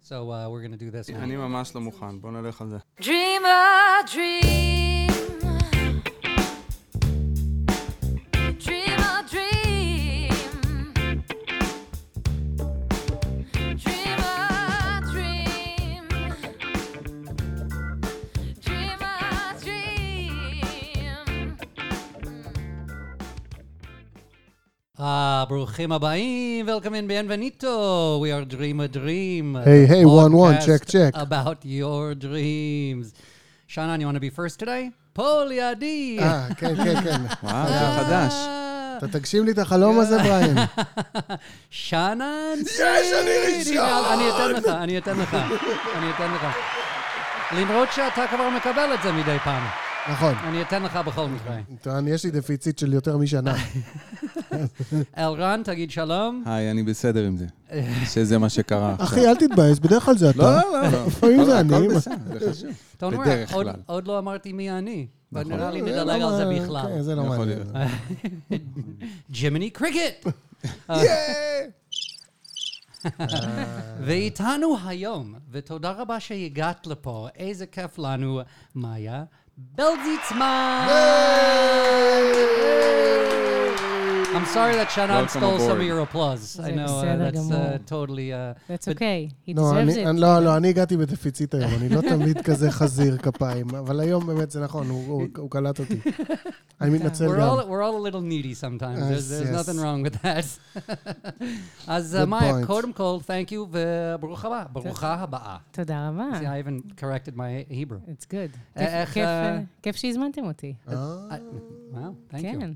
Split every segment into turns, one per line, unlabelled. So uh, we're gonna do this now.
אני ממש לא מוכן, בוא נלך על זה.
Dream a dream. Dream a dream. Dream a dream. Dream a dream.
Ah, ברוכים הבאים, welcome in, bienvenido. We are Dream a Dream.
Hey,
the
hey, one, one,
podcast
check, check.
About your dreams. Shannon, you want to be first today? Paul ידי.
אה, כן, כן, כן.
וואו, זה חדש.
אתה תגשים לי את החלום הזה, בריין.
שנן יש, אני ראשון! אני אתן לך, אני אתן לך, אני אתן לך. למרות שאתה כבר מקבל את זה מדי פעם,
נכון.
אני אתן לך בכל מקרה.
טוען, יש לי דפיציט של יותר משנה.
אלרן, תגיד שלום.
היי, אני בסדר עם זה. שזה מה שקרה עכשיו.
אחי, אל תתבאס, בדרך כלל זה אתה.
לא, לא, לא.
אה, לפעמים זה אני.
הכל
מה-
בסדר, זה חשוב.
Don't worry,
בדרך
עוד-
כלל.
עוד לא אמרתי מי אני, אבל
נכון.
נראה לי
זה
נדלג
לא
על זה
מה-
בכלל.
כן, זה לא
יכול
מעניין.
להיות.
ג'ימיני קריגט! ואיתנו היום, ותודה רבה שהגעת לפה, איזה כיף לנו, מאיה בלזיצמן! I'm sorry that Shannon
Welcome
stole some of your
aboard.
applause. I
זה
know uh,
בסדר
that's uh,
גמור.
totally... uh,
That's
but-
okay, he
לא,
deserves
אני-
it.
אני- לא, לא, אני הגעתי בדפיציט היום, אני לא תמיד כזה חזיר כפיים, אבל היום באמת זה נכון, הוא- הוא- הוא קלט אותי. אני מתנצל
We're
גם.
all, we're all a little needy sometimes.
Yes,
there's there's
yes.
nothing wrong with that. אז uh,
Good
מאיה,
point.
קודם כל, thank you וברוך הבא. ברוכה הבאה.
תודה רבה.
See, I even corrected my Hebrew.
It's good.
אה,
כיף-
איך,
כיף,
אה,
אה, כיף שהזמנתם אותי.
אה,
וואו, thank you.
כן.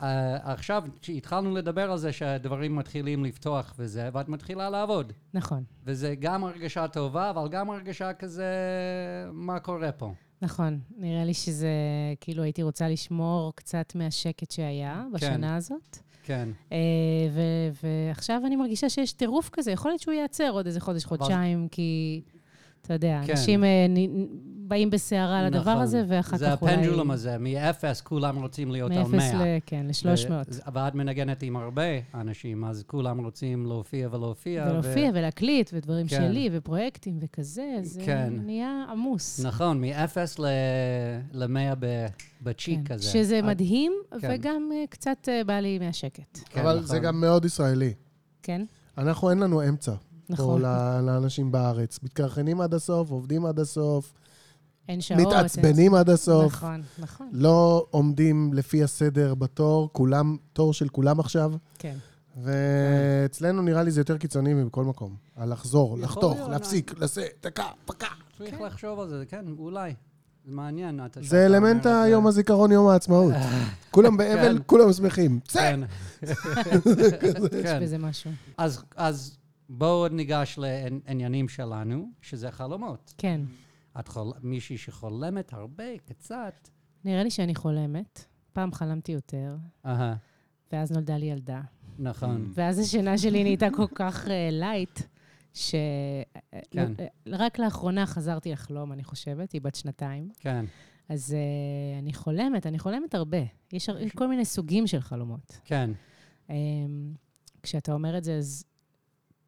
Uh, עכשיו, כשהתחלנו לדבר על זה שהדברים מתחילים לפתוח וזה, ואת מתחילה לעבוד.
נכון,
וזה גם הרגשה טובה, אבל גם הרגשה כזה, מה קורה פה?
נכון. נראה לי שזה, כאילו הייתי רוצה לשמור קצת מהשקט שהיה בשנה הזאת.
כן.
אה, ו- ועכשיו אני מרגישה שיש טירוף כזה, יכול להיות שהוא ייעצר עוד איזה חודש, חודשיים, כי, אתה יודע,
כן.
אנשים אה, נ- נ- באים בסערה לדבר
נכון.
הזה, ואחר
זה
כך אולי...
הפנדולום הזה, מאפס כולם רוצים להיות על
מאפס
מאה.
ל... כן, לשלוש מאות.
ו- ואת מנגנת עם הרבה אנשים, אז כולם רוצים להופיע ולהופיע. ו-
ולהופיע ולהקליט, ודברים
כן.
שלי, ופרויקטים וכזה, זה
כן.
נהיה עמוס.
נכון, מאפס ל- למאה ב- בצ'יק
כן,
כזה.
שזה
את-
מדהים,
כן.
וגם אה, קצת אה, בא לי מהשקט.
כן,
אבל זה
נכון.
גם מאוד ישראלי.
כן?
אנחנו, אין לנו אמצע. פה
נכון.
ל- לאנשים בארץ. מתקרחנים עד הסוף, עובדים עד הסוף,
אין שעות. אין-
מתעצבנים עד הסוף.
נכון, נכון.
לא עומדים לפי הסדר בתור, כולם, תור של כולם עכשיו,
כן.
ואצלנו נראה לי זה יותר קיצוני מבכל מקום. הלחזור,
יכול
לחתוך,
להיות,
להפסיק, לזה, דקה, פקע.
צריך לחשוב על זה, כן, אולי. זה מעניין. אתה- שאתה
זה אלמנט
אומר כן. את זה.
היום הזיכרון, יום העצמאות. כולם באבל, כולם שמחים.
כן.
יש
כן.
בזה משהו.
אז- אז בואו ניגש לעניינים שלנו, שזה חלומות.
כן.
את חול- מישהי שחולמת הרבה, קצת.
נראה לי שאני חולמת. פעם חלמתי יותר,
אהה,
ואז נולדה לי ילדה.
נכון.
ואז השינה שלי נהייתה כל כך אה, לייט, ש... אה,
כן.
לא- אה, רק לאחרונה חזרתי לחלום, אני חושבת, היא בת שנתיים.
כן,
אז אה, אני חולמת, אני חולמת הרבה. יש הר- כל מיני סוגים של חלומות.
כן.
אמ, כשאתה אומר את זה, אז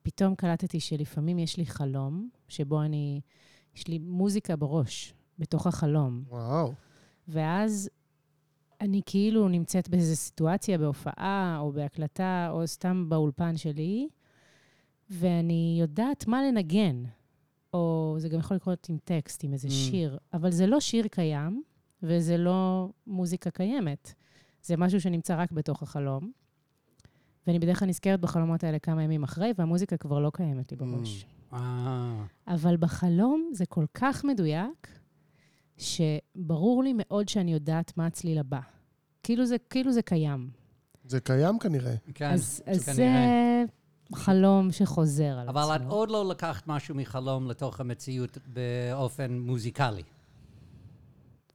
פתאום קלטתי שלפעמים יש לי חלום, שבו אני, יש לי מוזיקה בראש, בתוך החלום,
וואו.
ואז אני כאילו נמצאת באיזו סיטואציה, בהופעה, או בהקלטה, או סתם באולפן שלי, ואני יודעת מה לנגן, או זה גם יכול לקרות עם טקסט, עם איזה
Mm.
שיר, אבל זה לא שיר קיים, וזה לא מוזיקה קיימת. זה משהו שנמצא רק בתוך החלום. ואני בדרך כלל נזכרת בחלומות האלה כמה ימים אחרי, והמוזיקה כבר לא קיימת לי בראש.
אה,
אבל בחלום זה כל כך מדויק, שברור לי מאוד שאני יודעת מה הצליל הבא. כאילו זה, כאילו זה קיים.
זה קיים כנראה.
כן.
אז, אז זה
כנראה.
חלום שחוזר על עצמו.
אבל את עוד לא לקחת משהו מחלום לתוך המציאות באופן מוזיקלי.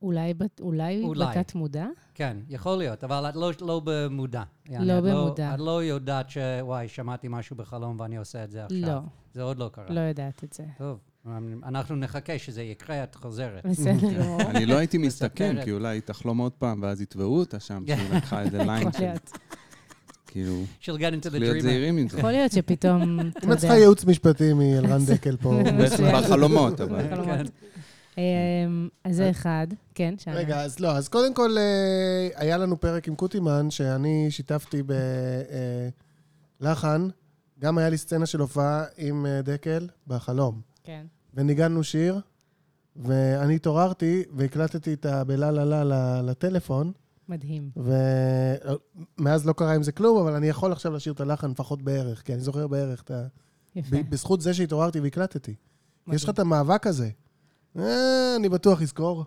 אולי, בת- אולי,
אולי.
אולי. בתת מודע?
כן, יכול להיות, אבל את לא, לא במודע. יעני,
לא
את
במודע.
את לא יודעת ש... וואי, שמעתי משהו בחלום ואני עושה את זה עכשיו.
לא,
זה עוד לא קרה.
לא יודעת את זה.
טוב, אנחנו נחכה שזה יקרה, את חוזרת.
בסדר גמור.
אני לא הייתי מסתכן,
מספרת.
כי אולי היא תחלום עוד פעם, ואז יתבעו אותה שם, שהיא לקחה איזה ליין
יכול
של...
להיות.
כאילו,
She'll get into the
להיות
dreamer.
זהירים עם זה.
יכול להיות שפתאום, אתה
אם את
יודע,
צריכה ייעוץ משפטי מאלרן דקל פה.
בטח.
בחלומות, אבל.
בחלומות. אמ, אז זה אחד, כן, שנה.
רגע, אז לא, אז קודם כל, אה, היה לנו פרק עם קוטימן, שאני שיתפתי בלחן. גם היה לי סצנה של הופעה עם אה, דקל בחלום.
כן.
וניגענו שיר, ואני התעוררתי והקלטתי את הבלה לה לה לה לטלפון,
מדהים.
ומאז לא קרה עם זה כלום, אבל אני יכול עכשיו לשיר את הלחן לפחות בערך, כי אני זוכר בערך את ה...
יפה.
ב- בזכות זה שהתעוררתי והקלטתי.
כן. מדהים.
יש לך את המאבק הזה. אה, אני בטוח אזכור.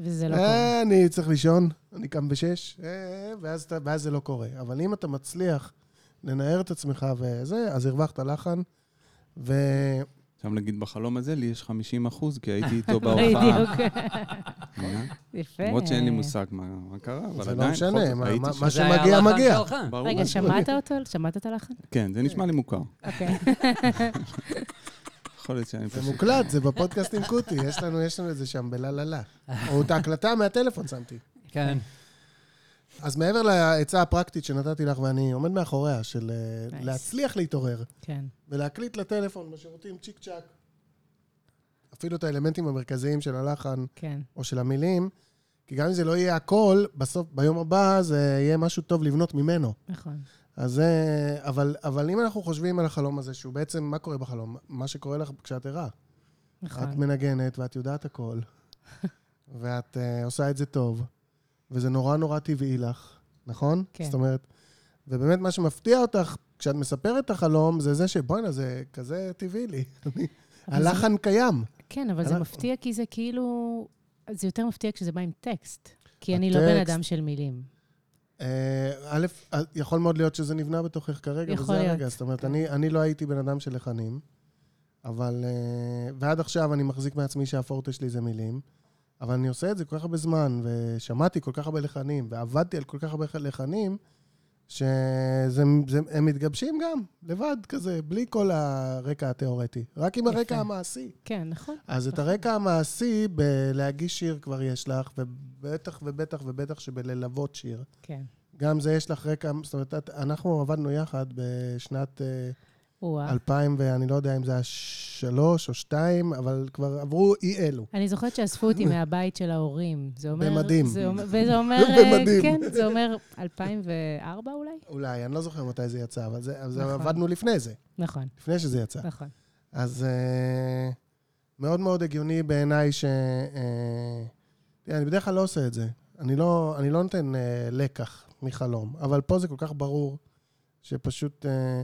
וזה לא קורה.
אה, אני צריך לישון, אני קם בשש, אה, ואז אתה- ואז זה לא קורה. אבל אם אתה מצליח לנער את עצמך וזה, אז הרווחת לחן. ואני
עכשיו נגיד בחלום הזה, לי יש 50 אחוז, כי הייתי איתו בהופעה.
בדיוק.
מבינה?
יפה.
למרות שאין לי מושג מה מה קרה, אבל
זה לא
עדיין.
משנה,
בכל זאת,
מה-
הייתי
מה-
שם.
מה
זה היה
שמגיע,
הלחן
מגיע.
שלך.
ברור.
רגע, שמעת אותו? שמעת את הלחן?
כן, זה נשמע לי מוכר.
אוקיי.
יכול להיות שאני
זה
פשוט...
מוקלט, זה בפודקאסט עם קוטי, יש לנו, יש לנו את זה שם בלה לה לה. או את ההקלטה מהטלפון שמתי.
כן.
אז מעבר לעצה הפרקטית שנתתי לך, ואני עומד מאחוריה, של אה,
Nice.
להצליח להתעורר
כן.
ולהקליט לטלפון בשירותים צ'יק צ'אק. אפילו את האלמנטים המרכזיים של הלחן
כן.
או של המילים, כי גם אם זה לא יהיה הכל, בסוף, ביום הבא זה יהיה משהו טוב לבנות ממנו.
נכון.
אז זה... אבל, אבל אם אנחנו חושבים על החלום הזה, שהוא בעצם, מה קורה בחלום? מה שקורה לך כשאת ערה.
נכון.
את מנגנת ואת יודעת הכל, ואת uh, עושה את זה טוב, וזה נורא נורא טבעי לך, נכון?
כן.
זאת אומרת, ובאמת מה שמפתיע אותך כשאת מספרת את החלום, זה זה שבואנה, זה כזה טבעי לי. אני-
אבל זה-
הלחן קיים.
כן, אבל זה
אבל-
מפתיע כי זה כאילו... זה יותר מפתיע כשזה בא עם טקסט. כי אני לא בן
הטקסט.
אדם של מילים.
אה, א', אה, יכול מאוד להיות שזה נבנה בתוכך כרגע,
יכול
וזה
להיות,
הרגע. זאת אומרת,
כן.
אני, אני לא הייתי בן אדם של לחנים, אבל... אה, ועד עכשיו אני מחזיק מעצמי שהפורטה שלי זה מילים, אבל אני עושה את זה כל כך הרבה זמן, ושמעתי כל כך הרבה לחנים, ועבדתי על כל כך הרבה לחנים, שהם מתגבשים גם, לבד כזה, בלי כל הרקע התיאורטי, רק עם
יפה.
הרקע המעשי.
כן, נכון.
אז את הרקע המעשי בלהגיש שיר כבר יש לך, ובטח ובטח ובטח שבללוות שיר.
כן.
גם זה יש לך רקע, זאת אומרת, את- אנחנו עבדנו יחד בשנת אה,
וואו.
2000, ואני לא יודע אם זה היה שלוש או שתיים, אבל כבר עברו אי אלו.
אני זוכרת שאספו אותי מהבית של ההורים. זה אומר...
במדים.
זה אומר- וזה אומר... אה,
במדים.
כן, זה אומר 2004 אולי?
אולי, אני לא זוכר מתי זה יצא, אבל זה, אבל זה
נכון.
עבדנו לפני זה,
נכון,
לפני שזה יצא.
נכון.
אז אה, מאוד מאוד הגיוני בעיניי ש... אה, תראה, אני בדרך כלל לא עושה את זה. אני לא, אני לא נותן אה, לקח מחלום, אבל פה זה כל כך ברור, שפשוט אה,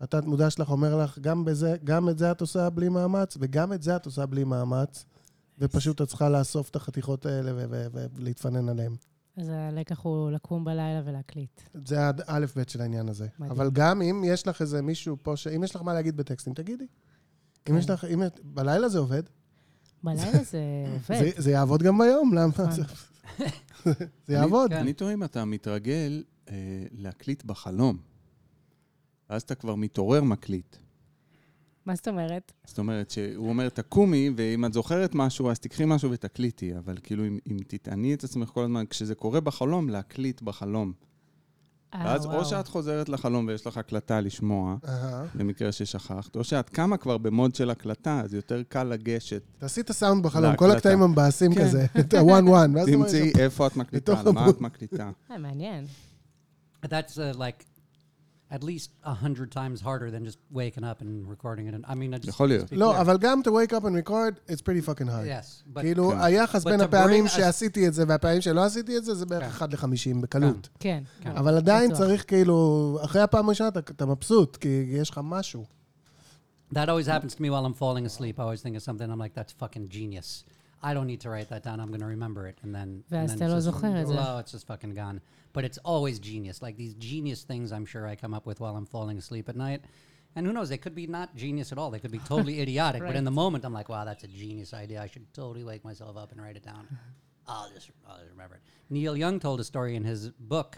התת מודע שלך אומר לך, גם, בזה, גם את זה את עושה בלי מאמץ, וגם את זה את עושה בלי מאמץ, ופשוט את צריכה לאסוף את החתיכות האלה ו- ו- ו- ולהתפנן עליהן.
אז הלקח הוא לקום בלילה ולהקליט.
זה האלף-בית של העניין הזה.
מדהים.
אבל גם אם יש לך איזה מישהו פה, ש... אם יש לך מה להגיד בטקסטים, תגידי.
כן.
אם יש לך, אם את... בלילה זה עובד.
בלילה זה עובד.
זה- זה יעבוד גם ביום, למה?
נכון.
זה יעבוד.
כן.
אני תוהה אם אתה מתרגל אה, להקליט בחלום. ואז אתה כבר מתעורר מקליט.
מה זאת אומרת?
זאת אומרת, שהוא אומר, תקומי, ואם את זוכרת משהו, אז תקחי משהו ותקליטי. אבל כאילו, אם, אם תטעני את עצמך כל הזמן, כשזה קורה בחלום, להקליט בחלום.
אה,
ואז או
וואו.
שאת חוזרת לחלום ויש לך הקלטה לשמוע,
אהה.
במקרה ששכחת, או שאת קמה כבר במוד של הקלטה, אז יותר קל לגשת.
תעשי את הסאונד בחלום, כל
להקלטה.
הקטעים המבאסים
כן.
כזה, את ה-one one, ואז אתה
לא,
אומר,
תמצאי איפה את מקליטה,
מתוך
על מה
המוד.
את מקליטה.
אה, מעניין.
That's uh, like at least a hundred times harder than just waking up and recording it. And, I mean, I just,
יכול להיות.
just be
לא,
clear.
אבל גם to wake up and record, it's pretty fucking hard.
Yes, but
כאילו,
כן.
היחס
But
בין
to
הפעמים
bring us-
שעשיתי את זה והפעמים שלא עשיתי את זה, זה בערך
כן.
1 ל-50 בקלות.
כן.
כן.
אבל עדיין
בטוח.
צריך כאילו, אחרי הפעם הראשונה אתה- אתה מבסוט, כי יש לך משהו.
that always happens to me while I'm falling asleep. I always think of something. I'm like, that's fucking genius. I don't need to write that down. I'm going to remember it, and then and
ואז
then
אתה לא
it's just,
זוכר את זה.
well, it's just fucking gone. But it's always genius. Like these genius things, I'm sure I come up with while I'm falling asleep at night. And who knows? They could be not genius at all. They could be totally idiotic. But in the moment, I'm like, wow, that's a genius idea. I should totally wake myself up and write it down. I'll just, I'll just remember it. Neil Young told a story in his book.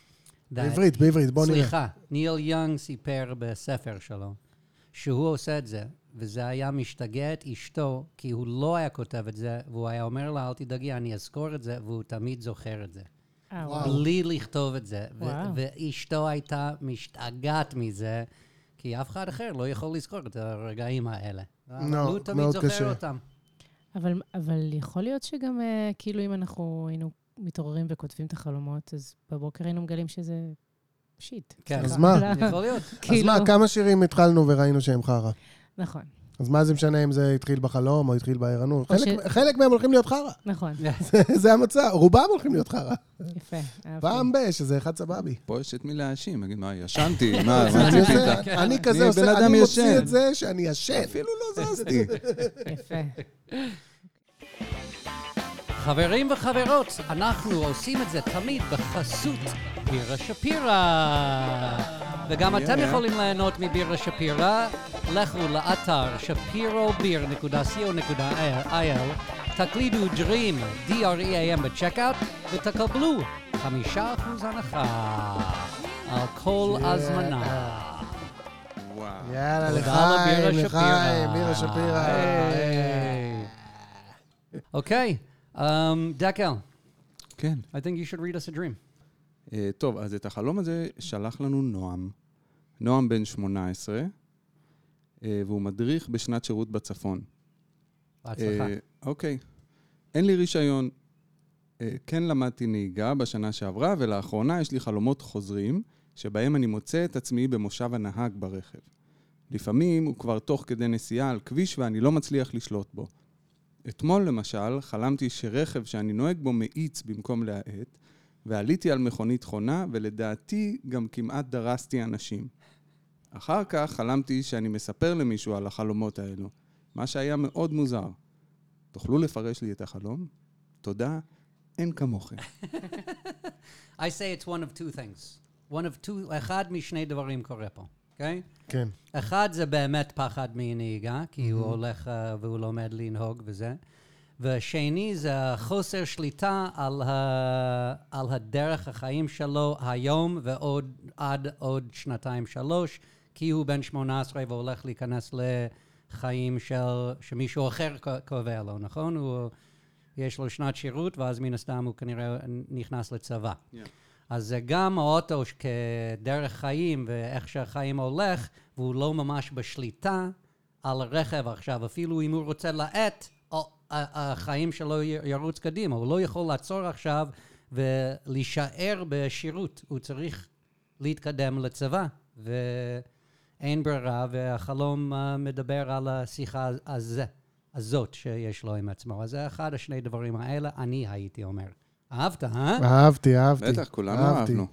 that
בעברית, בעברית, בוא נראה.
סליחה, ניל יאנג סיפר בספר שלו שהוא עושה את זה, וזה היה משתגע את אשתו, כי הוא לא היה כותב את זה, והוא היה אומר לה, אל תדאגי, אני אזכור את זה, והוא תמיד זוכר את זה.
אה,
וואו.
בלי לכתוב את זה. ו-
וואו.
ואשתו הייתה משתגעת מזה, כי אף אחד אחר לא יכול לזכור את הרגעים האלה. אבל הוא תמיד
מאוד
זוכר
קשה.
אותם.
אבל, אבל יכול להיות שגם, אה, כאילו, אם אנחנו היינו מתעוררים וכותבים את החלומות, אז בבוקר היינו מגלים שזה שיט. כאילו,
כן.
אז מה?
יכול להיות.
אז מה,
כאילו-
כמה שירים התחלנו וראינו שהם חרא?
נכון,
אז מה זה משנה אם זה התחיל בחלום או התחיל בערנות?
או
חלק- חלק מהם הולכים להיות חרא.
נכון,
זה המצב, רובם הולכים להיות חרא.
יפה. אהבתי.
פעם ב, שזה אחד סבבי.
פה יש את מי להאשים, נגיד, מה, ישנתי? מה, מה
אני
ציפית?
עושה- אני כזה
אני בן
עושה,
אדם
אני מוציא
ישן.
את זה שאני ישן. אפילו לא
זזתי.
יפה.
חברים וחברות, אנחנו עושים את זה תמיד בחסות בירה שפירא. וגם אתם
Yeah.
יכולים ליהנות מבירה שפירא. לכו לאתר שפירוביר.co.il, תקלידו Dream, E D-R-E-A-M בצ'קאוט, ותקבלו חמישה אחוז הנחה על כל
Yeah.
הזמנה.
וואו.
יאללה,
תודה
לחיים,
רבה, בירה
לחיים,
שפירא.
בירה שפירא.
היי. אוקיי, um, דקל,
כן.
I think you should read us a dream.
אה, טוב, אז את החלום הזה שלח לנו נועם. נועם בן 18, אה, והוא מדריך בשנת שירות בצפון.
בהצלחה.
אה, אוקיי. אין לי רישיון. אה, כן למדתי נהיגה בשנה שעברה, ולאחרונה יש לי חלומות חוזרים, שבהם אני מוצא את עצמי במושב הנהג ברכב. לפעמים הוא כבר תוך כדי נסיעה על כביש ואני לא מצליח לשלוט בו. אתמול, למשל, חלמתי שרכב שאני נוהג בו מאיץ במקום להאט, ועליתי על מכונית חונה, ולדעתי גם כמעט דרסתי אנשים. אחר כך חלמתי שאני מספר למישהו על החלומות האלו. מה שהיה מאוד מוזר. תוכלו לפרש לי את החלום? תודה, אין כמוכם.
I say it's one of two things. One of two, אחד משני דברים קורה פה, אוקיי?
כן.
אחד זה באמת פחד מנהיגה, כי הוא הולך אה, והוא לומד לנהוג וזה. והשני זה חוסר שליטה על, ה... על הדרך החיים שלו היום ועוד עד עוד שנתיים-שלוש, כי הוא בן 18 והולך להיכנס לחיים של... שמישהו אחר ק- קובע לו, נכון? הוא... יש לו שנת שירות, ואז מן הסתם הוא כנראה נכנס לצבא. אז זה גם האוטו ש- כדרך חיים ואיך שהחיים הולך, והוא לא ממש בשליטה על הרכב עכשיו. אפילו אם הוא רוצה להאט, או- ה- החיים שלו י- ירוץ קדימה. הוא לא יכול לעצור עכשיו ולהישאר בשירות. הוא צריך להתקדם לצבא, ואין ברירה, והחלום אה, מדבר על השיחה הזה, הזאת שיש לו עם עצמו. אז זה אחד השני דברים האלה, אני הייתי אומר. אהבת, אה?
אהבתי, אהבתי.
בטח, כולנו
אהבתי.
אהבנו.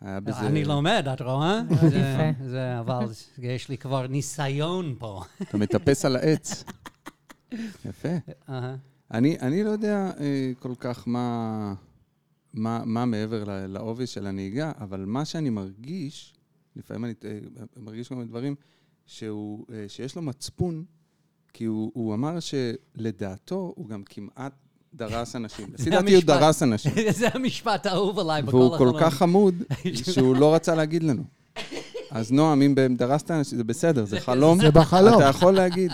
היה בזה...
לא, אני לומד, את רואה?
מאוד
זה-
יפה.
זה, אבל יש לי כבר ניסיון פה.
אתה מטפס על העץ. יפה.
אהה.
אני, אני לא יודע אה, כל כך מה, מה, מה מעבר ל- לעובש של הנהיגה, אבל מה שאני מרגיש, לפעמים אני אה, מרגיש כל מיני דברים, שהוא, אה, שיש לו מצפון, כי הוא, הוא אמר שלדעתו הוא גם כמעט דרס אנשים. לפי דעתי הוא
המשפט.
דרס אנשים.
זה המשפט האהוב עליי אה, בכל
והוא כל
החלום.
כך חמוד, שהוא לא רצה להגיד לנו. אז נועם, אם דרסת אנשים, זה בסדר, זה
כן,
חלום.
זה בחלום.
אתה יכול להגיד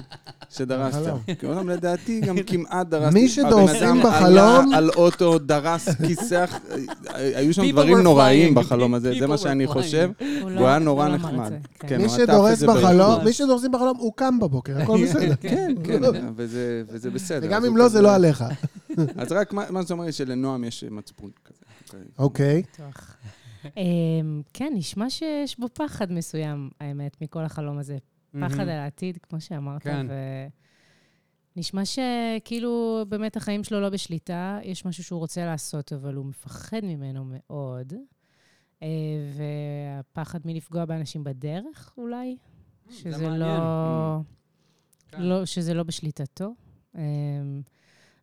שדרסת.
בחלום.
כי אומנם לדעתי גם כמעט דרסתי.
מי שדורסים
הבן אדם
בחלום-
עלה על אוטו, דרס, כיסח, אה, היו שם
People
דברים
were
נוראים
flying.
בחלום הזה, זה
People
מה
were
שאני
flying.
חושב.
הוא לא-
והוא היה נורא
הוא לא אמר את
נחמד.
זה, כן.
כן,
מי
הוא עטף את
שדורס
זה בריחוק.
בחלום, מי שדורסים בחלום, הוא קם בבוקר, הכל בסדר.
כן, כן, וזה- וזה בסדר.
וגם
אז
אם
הוא
לא,
כזה-
זה לא עליך.
אז רק מה מה זאת אומרת שלנועם יש מצפון כזה.
אוקיי.
בטוח. אמ, כן, נשמע שיש בו פחד מסוים, האמת, מכל החלום הזה. פחד על העתיד, כמו שאמרת,
כן.
ו... נשמע שכאילו באמת החיים שלו לא בשליטה, יש משהו שהוא רוצה לעשות, אבל הוא מפחד ממנו מאוד. אה, והפחד מלפגוע באנשים בדך, אולי? שזה לא...
כן.
לא, שזה לא בשליטתו. אמ,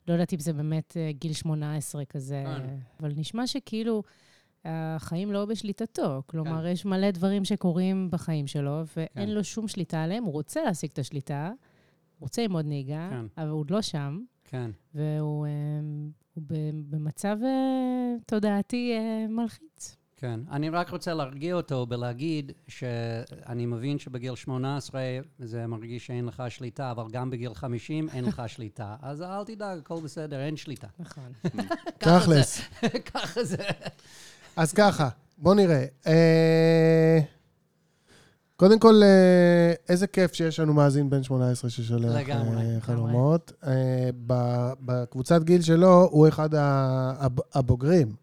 לא יודעת אם זה באמת אה, גיל 18 כזה,
כן.
אבל נשמע שכאילו החיים לא בשליטתו. כלומר, יש מלא דברים שקורים בחיים שלו,
כן.
ואין לו שום שליטה עליהם. הוא רוצה להשיג את השליטה, הוא רוצה ללמוד נהיגה,
כן.
אבל הוא עוד לא שם,
כן.
והוא אמ, הוא ב- במצב אה, תודעתי אה, מלחיץ.
כן. אני רק רוצה להרגיע אותו בלהגיד שאני מבין שבגיל 18 זה מרגיש שאין לך שליטה, אבל גם בגיל 50 אין לך שליטה. אז אל תדאג, הכל בסדר, אין שליטה.
נכון.
ככה זה.
תכלס.
ככה זה.
אז ככה, בוא נראה. אה, קודם כל, אה, איזה כיף שיש לנו מאזין בן 18 ששולח אה,
לגמרי, לגמרי.
חלומות. אה, ב- בקבוצת גיל שלו, הוא אחד ה- הב- הבוגרים,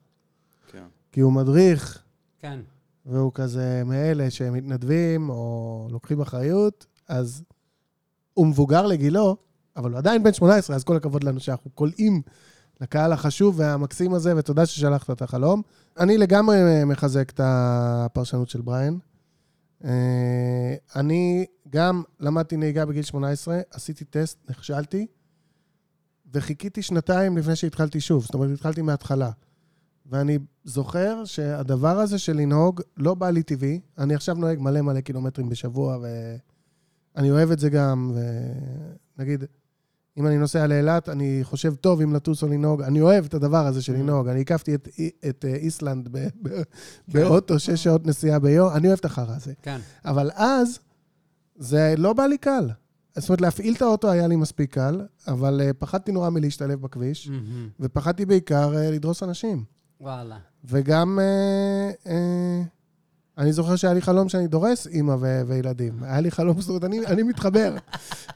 כן.
כי הוא מדריך,
כן.
והוא כזה מאלה שמתנדבים או לוקחים אחריות, אז הוא מבוגר לגילו, אבל הוא עדיין בן 18, אז כל הכבוד לנו שאנחנו כולאים לקהל החשוב והמקסים הזה, ותודה ששלחת את החלום. אני לגמרי אה, מחזק את הפרשנות של בריין. אה, אני גם למדתי נהיגה בגיל 18, עשיתי טסט, נכשלתי, וחיכיתי שנתיים לפני שהתחלתי שוב. זאת אומרת, התחלתי מההתחלה. ואני זוכר שהדבר הזה של לנהוג לא בא לי טבעי. אני עכשיו נוהג מלא מלא קילומטרים בשבוע, ואני אוהב את זה גם, ונגיד, אם אני נוסע לאילת, אני חושב טוב אם לטוס או לנהוג. אני אוהב את הדבר הזה של לנהוג. אני הקפתי את, אי- את אה, איסלנד ב- ב- באוטו, שש שעות נסיעה ביום. אני אוהב את החרא הזה.
כן.
אבל אז זה לא בא לי קל. זאת אומרת, להפעיל את האוטו היה לי מספיק קל, אבל אה, פחדתי נורא מלהשתלב בכביש,
מהמם.
ופחדתי בעיקר אה, לדרוס אנשים.
וואלה.
וגם, אה, אה, אני זוכר שהיה לי חלום שאני דורס אימא ו- וילדים. היה לי חלום, זאת אומרת, אני, אני מתחבר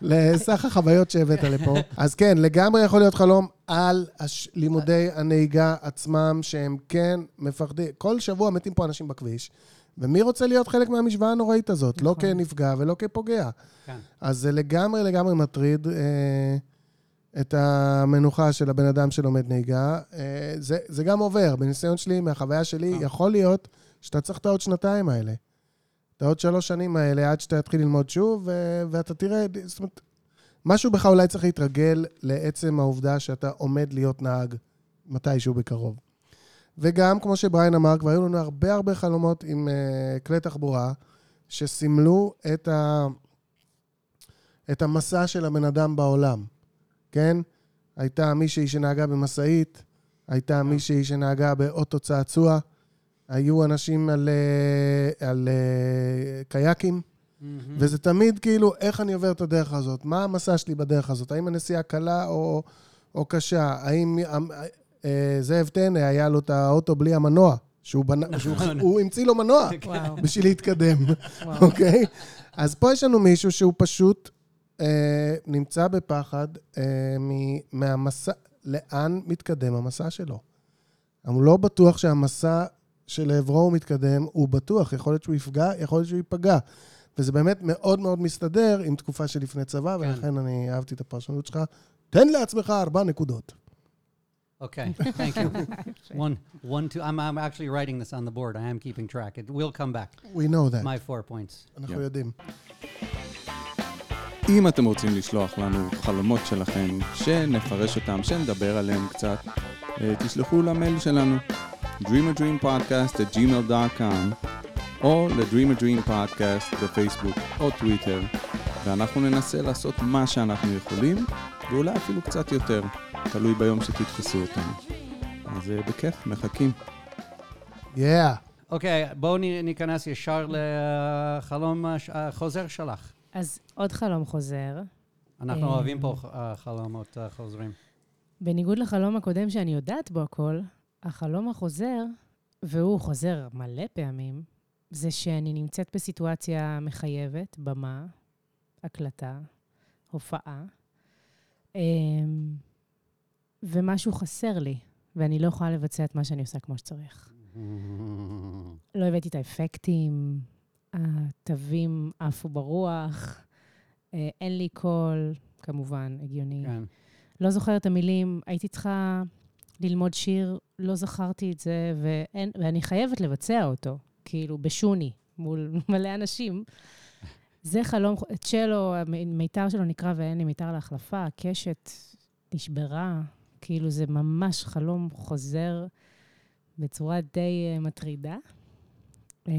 לסך החוויות שהבאת לפה. אז כן, לגמרי יכול להיות חלום על הש- לימודי הנהיגה עצמם, שהם כן מפחדים. כל שבוע מתים פה אנשים בכביש, ומי רוצה להיות חלק מהמשוואה הנוראית הזאת? לא כנפגע ולא כפוגע.
נכון. כן.
אז זה לגמרי לגמרי מטריד אה, את המנוחה של הבן אדם שלומד נהיגה. אה, זה, זה גם עובר, בניסיון שלי, מהחוויה שלי,
אה.
יכול להיות שאתה צריך את העוד שנתיים האלה. את העוד שלוש שנים האלה, עד שאתה תתחיל ללמוד שוב, ו- ואתה תראה, זאת אומרת, משהו בך אולי צריך להתרגל לעצם העובדה שאתה עומד להיות נהג מתישהו בקרוב. וגם, כמו שבריין אמר, כבר היו לנו הרבה הרבה חלומות עם uh, כלי תחבורה שסימלו את, ה, את המסע של הבן אדם בעולם, כן? הייתה מישהי שנהגה במשאית, הייתה מישהי שנהגה באוטו צעצוע, היו אנשים על, אה, על אה, קיאקים,
מהמם.
וזה תמיד כאילו, איך אני עובר את הדרך הזאת? מה המסע שלי בדרך הזאת? האם הנסיעה קלה או, או קשה? האם אה, אה, זאב טנא, היה לו את האוטו בלי המנוע, שהוא, בנה, שהוא
נכון.
הוא המציא לו מנוע
וואו,
בשביל להתקדם.
וואו.
אוקיי? אז פה יש לנו מישהו שהוא פשוט אה, נמצא בפחד אה, מ- מהמסע, לאן מתקדם המסע שלו. הוא לא בטוח שהמסע שלעברו הוא מתקדם, הוא בטוח, יכול להיות שהוא יפגע, יכול להיות שהוא ייפגע. וזה באמת מאוד מאוד מסתדר עם תקופה שלפני צבא,
כן.
ולכן אני אהבתי את הפרשנות שלך. תן לעצמך ארבע נקודות.
Okay, thank you. one, one, two. I'm, I'm actually writing this on the board. I am keeping track. It will come back.
We know that.
My four points.
אנחנו
Yeah.
יודעים.
אם אתם רוצים לשלוח לנו חלומות שלכם, שנפרש אותם, שנדבר עליהם קצת, אה, תשלחו למייל שלנו, dreamadreampodcast@gmail.com, או ל-dreamadreampodcast בפייסבוק או טוויטר, ואנחנו ננסה לעשות מה שאנחנו יכולים, ואולי אפילו קצת יותר, תלוי ביום שתתפסו אותנו. אז אה, בכיף, מחכים.
יאה.
Okay, בואו נ- ניכנס ישר לחלום הש- החוזר שלך.
אז עוד חלום חוזר.
אנחנו
אה.
אוהבים פה ח- אה, חלומות אה, חוזרים.
בניגוד לחלום הקודם שאני יודעת בו הכל, החלום החוזר, והוא חוזר מלא פעמים, זה שאני נמצאת בסיטואציה מחייבת, במה, הקלטה, הופעה, אמ, ומשהו חסר לי, ואני לא יכולה לבצע את מה שאני עושה כמו שצריך. לא הבאתי את האפקטים, התווים עפו ברוח, אה, אין לי קול, כמובן, הגיוני.
כן.
לא זוכרת את המילים, הייתי צריכה ללמוד שיר, לא זכרתי את זה, ואין, ואני חייבת לבצע אותו, כאילו, בשוני, מול מלא אנשים. זה חלום, ח- צ'לו, המיתר שלו נקרע ואין לי מיתר להחלפה, הקשת נשברה, כאילו זה ממש חלום חוזר בצורה די אה, מטרידה, אה,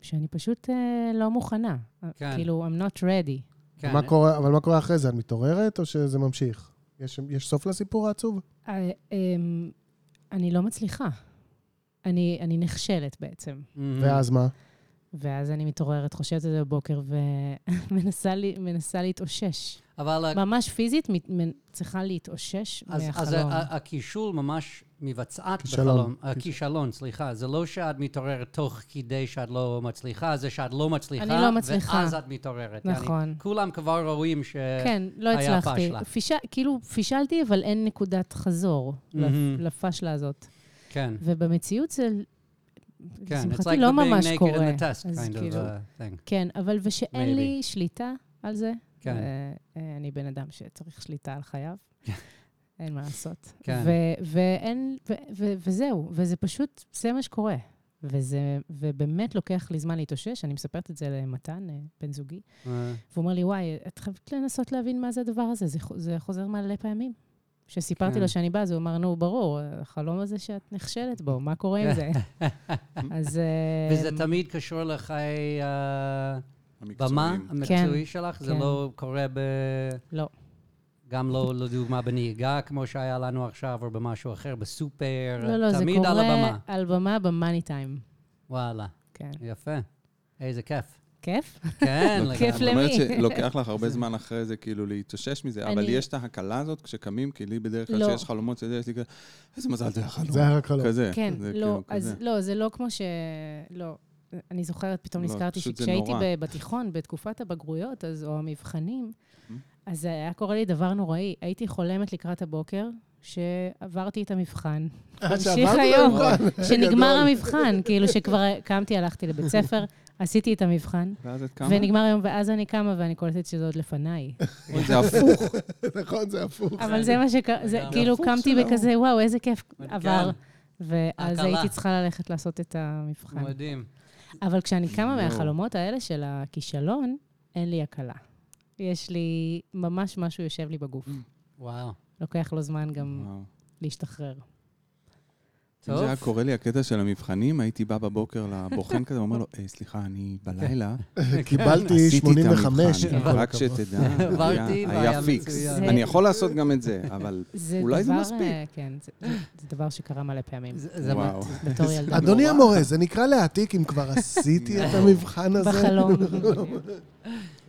שאני פשוט אה, לא מוכנה.
כן.
כאילו, I'm not ready.
כן.
מה קורה- אבל מה קורה אחרי זה? את מתעוררת או שזה ממשיך?
Mm.
יש יש סוף לסיפור העצוב?
אה, אמ, אני לא מצליחה. אני, אני נכשלת בעצם.
Mm-hmm.
ואז מה?
ואז אני מתעוררת, חושבת על זה בבוקר, ומנסה לי- מנסה להתאושש.
אבל ה-
ממש פיזית, מת- מנ- צריכה להתאושש
אז, אה, אז
מהחלום.
ה- ה- הקישול ממש מבצעת
כישלון.
בחלום. הכישלון, סליחה. זה לא שאת מתעוררת תוך כדי שאת לא מצליחה, זה שאת לא מצליחה.
אני לא מצליחה.
ואז את מתעוררת. יעני,
נכון.
כולם כבר רואים ש...
כן, לא
היה
הצלחתי.
פשלה.
פישה, כאילו, פישלתי, אבל אין נקודת חזור
Mm-hmm.
לפ-
מהמם.
לפשלה הזאת.
כן.
ובמציאות זה,
כן, it's
לשמחתי,
like
לא
the being
ממש
naked
קורה.
in the test
אז
kind of
כאילו-
uh, thing.
כן, אבל ושאין
Maybe.
לי שליטה על זה.
כן.
אה, אה, אני בן אדם שצריך שליטה על חייו. אין מה לעשות.
כן.
ו- ואין, ו- ו- וזהו, וזה פשוט, זה מה שקורה. וזה, ובאמת לוקח לי זמן להתאושש, אני מספרת את זה למתן, אה, בן זוגי,
אה,
והוא אומר לי, וואי, את חייבת לנסות להבין מה זה הדבר הזה, זה, חו- זה חוזר מלא פעמים. כשסיפרתי
כן.
לו שאני באה, אז הוא אמר, נו, ברור, החלום הזה שאת נכשלת בו, מה קורה עם זה? אז... אה,
וזה תמיד קשור לחיי אה, במה
המקצועיים.
המקצועי שלך? זה
כן.
לא קורה ב...
לא.
גם לא, לדוגמה, בנהיגה, כמו שהיה לנו עכשיו, או במשהו אחר, בסופר.
לא, לא, זה
תמיד על
קורה
הבמה.
על במה במאני טיים.
וואלה,
כן.
יפה. איזה כיף.
כיף?
כן,
לוקח-
לגמרי.
כיף למי?
זאת אומרת שלוקח לך הרבה זמן אחרי זה כאילו להתאושש מזה, אבל
אני-
יש את ההקלה הזאת כשקמים, כי לי בדרך כלל
לא.
שיש חלומות שזה, יש לי כזה, איזה מזל זה היה חלום.
זה היה רק חלום.
כזה.
כן,
זה
לא,
כאילו
אז
כזה.
לא, זה לא כמו ש... לא. אני זוכרת, פתאום
לא,
נזכרתי
פשוט זה
שכשהייתי
נורא.
ב- בתיכון, בתקופת הבגרויות, אז, או המבחנים,
Mhm.
אז זה היה קורה לי דבר נוראי. הייתי חולמת לקראת הבוקר, שעברתי את המבחן.
עד
תמשיך
שעברנו נכון?
היום.
במובן.
שנגמר
גדול.
המבחן, כאילו שכבר קמתי, הלכתי לבית ספר, עשיתי את המבחן,
ואז את קמה?
ונגמר היום, ואז אני קמה ואני קולטת שזה עוד לפניי.
אוי, זה הפוך.
נכון, זה הפוך.
אבל זה מה שקרה, זה
לגמרי.
כאילו
הפוך
קמתי
שלנו.
בכזה, וואו, איזה כיף עבר.
כן.
ואז
הקלה.
הייתי צריכה ללכת לעשות את המבחן.
כן, מדהים.
אבל כשאני קמה
יואו.
מהחלומות האלה של הכישלון, אין לי הקלה. יש לי ממש משהו יושב לי בגוף.
וואו.
לוקח לו זמן גם
Mm. וואו.
להשתחרר.
אם
טוב.
זה היה קורה לי הקטע של המבחנים, הייתי בא בבוקר לבוחן כזה, ואומר לו, "אה, סליחה, אני בלילה
קיבלתי
עשיתי את
85.
המבחן, כן,
עם כל
רק
הכבוד.
שתדע,
כן. עברתי
היה-
והיה
היה פיקס.
מצוין.
זה-
אני יכול לעשות גם את זה, אבל
זה
אולי זה
דבר,
מספיק.
אה, כן, זה- זה- זה דבר שקרה מלא פעמים,
זה- זה
וואו.
מת-
בתור ילדה.
אדוני
נורא.
המורה, זה נקרא להעתיק אם כבר עשיתי את המבחן הזה.
לא,
בחלום.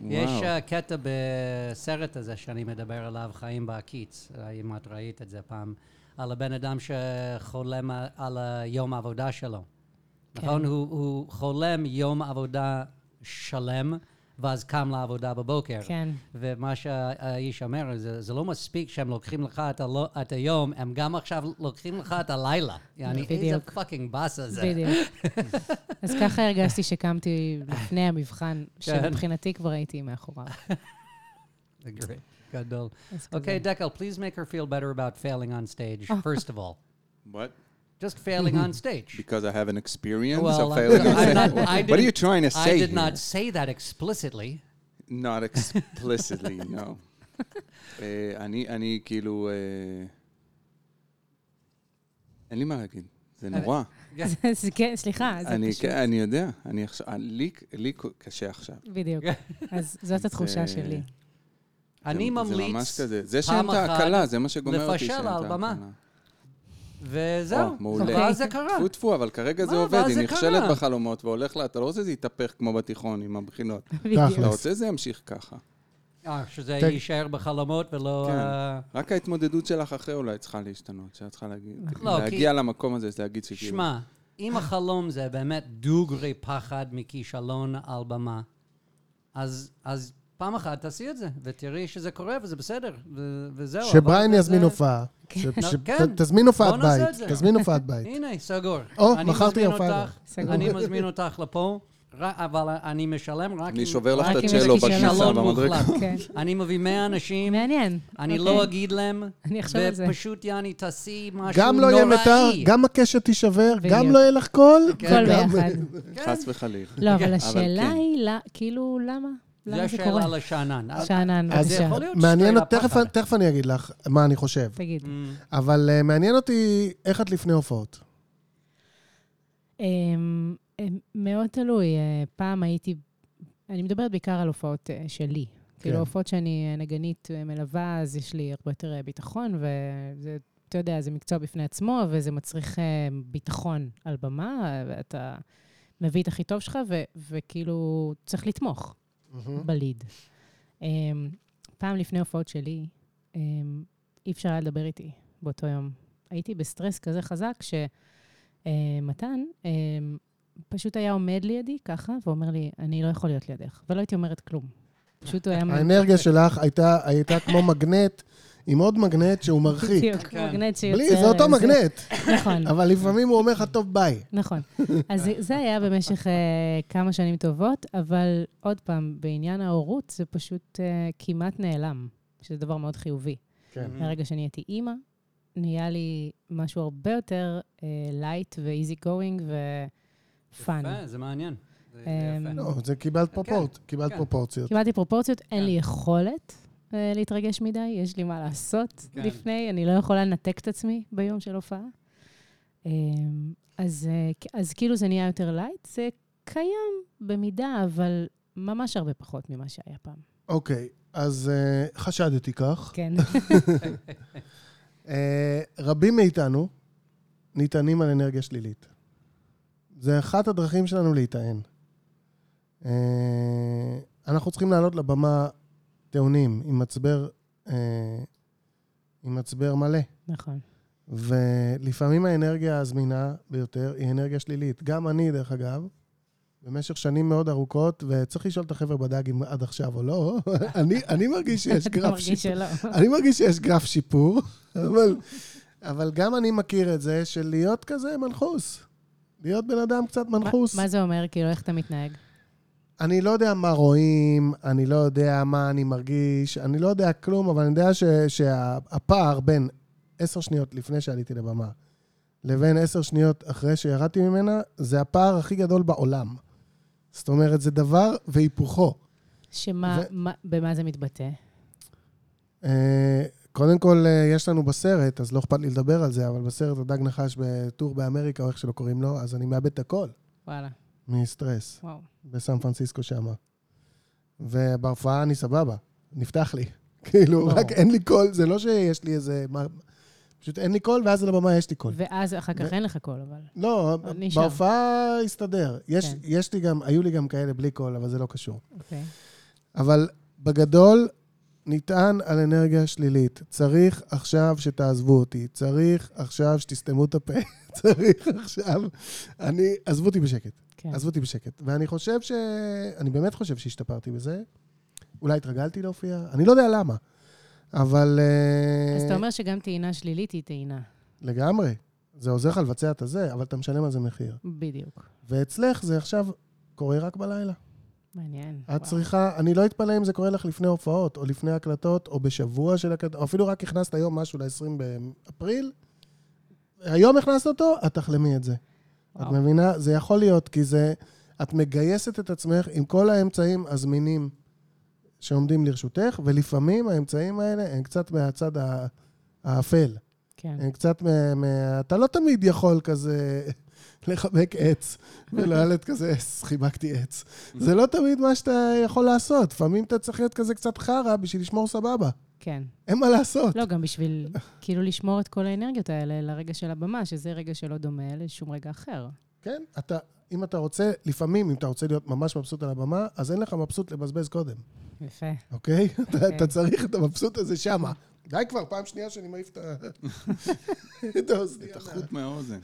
יש
וואו.
אה, קטע בסרט הזה שאני מדבר עליו, חיים בהקיץ, אה, אם את ראית את זה פעם, על הבן אדם שחולם ה- על יום העבודה שלו.
כן.
נכון? הוא- הוא חולם יום עבודה שלם, ואז קם לעבודה בבוקר.
כן,
ומה שהאיש אומר, זה, זה לא מספיק שהם לוקחים לך את, הלא, את היום, הם גם עכשיו לוקחים לך את הלילה. יעני, איזה
בדיוק.
פאקינג באסה זה.
בדיוק. אז ככה הרגשתי שקמתי לפני המבחן, שמבחינתי כבר הייתי מאחוריו.
זה great. גדול.
אז כזה.
Okay, Dekel, please make her feel better about failing on stage, first of all.
What?
Just failing on stage.
Mm-hmm. Because I have an experience
Well,
of
I-
failing on
I'm
second
not-
one.
I
What are
didn't-
you trying to say
I did
here?
not say that explicitly.
Not explicitly, no. אה, אני, אני כאילו... אה, אין לי מה להגיד, זה נורא.
זה כן, סליחה, זה
אני,
פשוט...
כן, אני יודע, אני עכשיו... אה, לי, לי קשה עכשיו.
בדיוק. אז זאת התחושה שלי.
אני
זה- זה ממש
ממליץ,
כזה. זה
פעם
שאין את
אחת
ההקלה, זה מה שגומר אותי.
לפשל
שאין את
על במה.
ההקלה.
וזהו.
או, מעולה.
ואז זה קרה.
טפו טפו, אבל כרגע זה
אה. מה,
עובד,
אבל
היא
זה
נכשלת
קרה.
בחלומות והולך לה, אתה לא רוצה שזה יתהפך כמו בתיכון עם הבחינות. אתה
בדיוק.
רוצה זה ימשיך ככה.
אה, שזה
תק-
יישאר בחלומות ולא...
כן.
אה,
רק ההתמודדות שלך אחרי אולי צריכה להשתנות, שאת צריכה להגיד,
לא,
להגיע למקום הזה, זה להגיד שכאילו...
שמע, אם החלום זה באמת דוגרי פחד מכישלון על במה, אז, אז פעם אחת תעשי את זה, ותראי שזה קורה וזה בסדר, ו- וזהו.
שבריין
אבל
יזמין
זה-
הופעה. ש- ש-
כן.
ת- תזמין הופעת
בוא נעשה את
בית.
זה.
תזמין הופעת בית.
הנה, סגור.
או,
אני
מכרתי
מזמין
הופעה.
אותך-
סגור.
אני מזמין אותך לפה, ר- אבל אני משלם רק
אני שובר לך
רק
את
אם יש
הצ'לו
כישלון
בכניסה
כישלון
במדרגה.
מוחלט.
כן.
אני מביא 100 אנשים,
מעניין.
אני
אוקיי.
לא אגיד להם,
אני אחשוב על זה.
ופשוט יעני תעשי משהו
גם לא יהיה מיתר,
נוראי.
גם הקשת תישבר,
בדיוק.
גם לא יהיה לך קול.
הכל
וגם-
ביחד.
חס וחלילה.
לא,
אבל
אבל השאלה
כן.
היא, לא- כאילו, למה?
זה
למה זה
השאלה
קורה?
לשאנן. אז-
שאנן,
אז זה
בבקשה.
יכול להיות
מעניין,
straight up
תכף-
פחד.
תכף אני אגיד לך מה אני חושב.
תגיד.
Mm.
אבל אה, מעניין אותי איך את לפני הופעות.
אמ, אמ, מאוד תלוי. אה, פעם הייתי, אני מדברת בעיקר על הופעות אה, שלי. כאילו, הופעות שאני אה, נגנית אה, מלווה, אז יש לי הרבה יותר אה, ביטחון, וזה אתה יודע, זה מקצוע בפני עצמו, וזה מצריך אה, ביטחון על במה, ואתה מביא את הכי טוב שלך, ו- וכאילו, צריך לתמוך.
מהמם.
בליד. Um, פעם לפני הופעות שלי, um, אי אפשר היה לדבר איתי באותו יום. הייתי בסטרס כזה חזק שמתן um, פשוט היה עומד לידי ככה, ואומר לי, אני לא יכול להיות לידך. ולא הייתי אומרת כלום. פשוט הוא היה...
האנרגיה שלך הייתה- הייתה כמו מגנט, עם עוד מגנט שהוא מרחיק.
בדיוק, כמו מגנט שיוצר...
בלי, זה אותו מגנט,
נכון.
אבל לפעמים הוא אומר לך, טוב, ביי.
נכון. אז זה- זה היה במשך אה, כמה שנים טובות, אבל עוד פעם, בעניין ההורות זה פשוט אה, כמעט נעלם, שזה דבר מאוד חיובי.
כן.
Mm.
מהרגע שאני הייתי אימא, נהיה לי משהו הרבה יותר לייט ואיזי גואינג ופאן.
יפה, זה מעניין. זה- זה
אמ,
יפה.
לא, זה קיבלת פרופורט, קיבלת
כן.
פרופורציות.
קיבלתי פרופורציות, אין לי
כן.
יכולת אה, להתרגש מדי, יש לי מה לעשות
כן.
לפני, אני לא יכולה לנתק את עצמי ביום של הופעה. אמ, אז אה, כ- אז כאילו זה נהיה יותר לייט, זה קיים במידה, אבל ממש הרבה פחות ממה שהיה פעם.
אוקיי, אז אה, חשדתי כך.
כן.
אה, רבים מאיתנו נטענים על אנרגיה שלילית. זה אחת הדרכים שלנו להיטען. אה, אנחנו צריכים לעלות לבמה טעונים עם מצבר, אה, עם מצבר מלא.
נכון.
ולפעמים האנרגיה הזמינה ביותר היא אנרגיה שלילית. גם אני, דרך אגב, במשך שנים מאוד ארוכות, וצריך לשאול את החבר'ה בדג אם עד עכשיו או לא, אני, אני מרגיש שיש
אתה
גרף
מרגיש
שיפור.
שלא.
אני מרגיש שיש גרף שיפור, אבל, אבל גם אני מכיר את זה של להיות כזה מנחוס. להיות בן אדם קצת
מה-
מנחוס.
מה זה אומר? כאילו, איך אתה מתנהג?
אני לא יודע מה רואים, אני לא יודע מה אני מרגיש, אני לא יודע כלום, אבל אני יודע ש- שהפער בין עשר שניות לפני שעליתי לבמה לבין עשר שניות אחרי שירדתי ממנה, זה הפער הכי גדול בעולם. זאת אומרת, זה דבר והיפוכו.
שמה,
ו-
מה- במה זה מתבטא?
אה, קודם כל, אה, יש לנו בסרט, אז לא אכפת לי לדבר על זה, אבל בסרט הדג נחש בטור באמריקה, או איך שלא קוראים לו, אז אני מאבד את הכל
וואלה,
מסטרס
וואו.
בסן פרנסיסקו שם. ובהופעה אני סבבה, נפתח לי. כאילו,
ברור.
רק אין לי קול, זה לא שיש לי איזה... מה- פשוט אין לי קול, ואז על הבמה יש לי קול.
ואז אחר כך
ו-
אין לך קול, אבל.
לא,
אני שם.
בהופעה הסתדר. יש-
כן.
יש לי גם, היו לי גם כאלה בלי קול, אבל זה לא קשור.
אוקיי.
אבל בגדול, נטען על אנרגיה שלילית. צריך עכשיו שתעזבו אותי, צריך עכשיו שתסתמו את הפה, צריך עכשיו... אני... עזבו אותי בשקט,
כן.
עזבו אותי בשקט. ואני חושב ש... אני באמת חושב שהשתפרתי בזה. אולי התרגלתי להופיע, אני לא יודע למה. אבל... אה,
אז אתה אומר שגם טעינה שלילית היא טעינה.
לגמרי. זה עוזר לך לבצע את הזה, אבל אתה משלם על זה מחיר.
בדיוק.
ואצלך זה עכשיו קורה רק בלילה.
מעניין.
את
וואו.
צריכה, אני לא אתפלא אם זה קורה לך לפני הופעות, או לפני הקלטות, או בשבוע של הקלטות, או אפילו רק הכנסת היום משהו ל-20 באפריל, היום הכנסת אותו, את תחלמי את זה. את
וואו.
מבינה? זה יכול להיות, כי זה... את מגייסת את עצמך עם כל האמצעים הזמינים שעומדים לרשותך, ולפעמים האמצעים האלה הם קצת מהצד ה- האפל.
כן.
הם אה, קצת מה... מה- אתה לא תמיד יכול כזה לחבק עץ וללדת כזה, "אס, חיבקתי עץ. זה לא תמיד מה שאתה יכול לעשות. לפעמים אתה צריך להיות כזה קצת חרא בשביל לשמור סבבה.
כן.
אין מה לעשות.
לא, גם בשביל כאילו לשמור את כל האנרגיות האלה לרגע של הבמה, שזה רגע שלא דומה לשום רגע אחר.
כן, אתה... אם אתה רוצה, לפעמים, אם אתה רוצה להיות ממש מבסוט על הבמה, אז אין לך מבסוט לבזבז קודם,
יפה.
אוקיי? אתה-
אוקיי.
אתה צריך את המבסוט הזה שמה. די כבר, פעם שנייה שאני מעיף את ה- את האוזניה.
את החוט מהאוזן.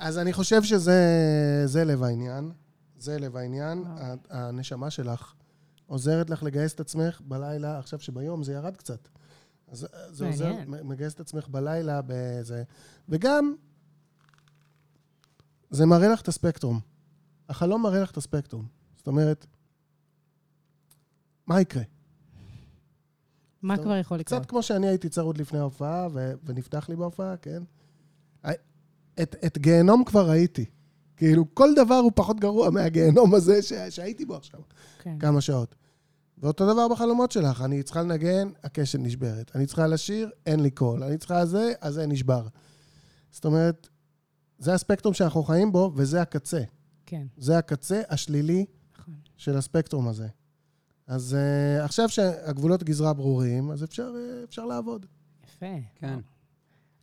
אז אני חושב שזה זה לב העניין. זה לב העניין.
וואו.
ה- הנשמה שלך עוזרת לך לגייס את עצמך בלילה, עכשיו שביום זה ירד קצת. אז אה, זה עוזר,
מעניין.
מ- מגייס את עצמך בלילה בזה. וגם, זה מראה לך את הספקטרום. החלום מראה לך את הספקטרום. זאת אומרת, מה יקרה?
מה
טוב.
כבר יכול לקרות?
קצת כמו שאני הייתי צרוד לפני ההופעה, ו- ונפתח לי בהופעה, כן? I- את, את גיהנום כבר ראיתי. כאילו, כל דבר הוא פחות גרוע מהגיהנום הזה ש- שהייתי בו עכשיו,
כן.
כמה שעות. ואותו דבר בחלומות שלך, אני צריכה לנגן, הקשת נשברת. אני צריכה לשיר, אין לי קול. אני צריכה זה, אז זה נשבר. זאת אומרת, זה הספקטרום שאנחנו חיים בו, וזה הקצה.
כן,
זה הקצה השלילי
נכון.
של הספקטרום הזה. אז uh, אה, עכשיו שהגבולות גזרה ברורים, אז אפשר, uh, אפשר לעבוד.
יפה.
כן.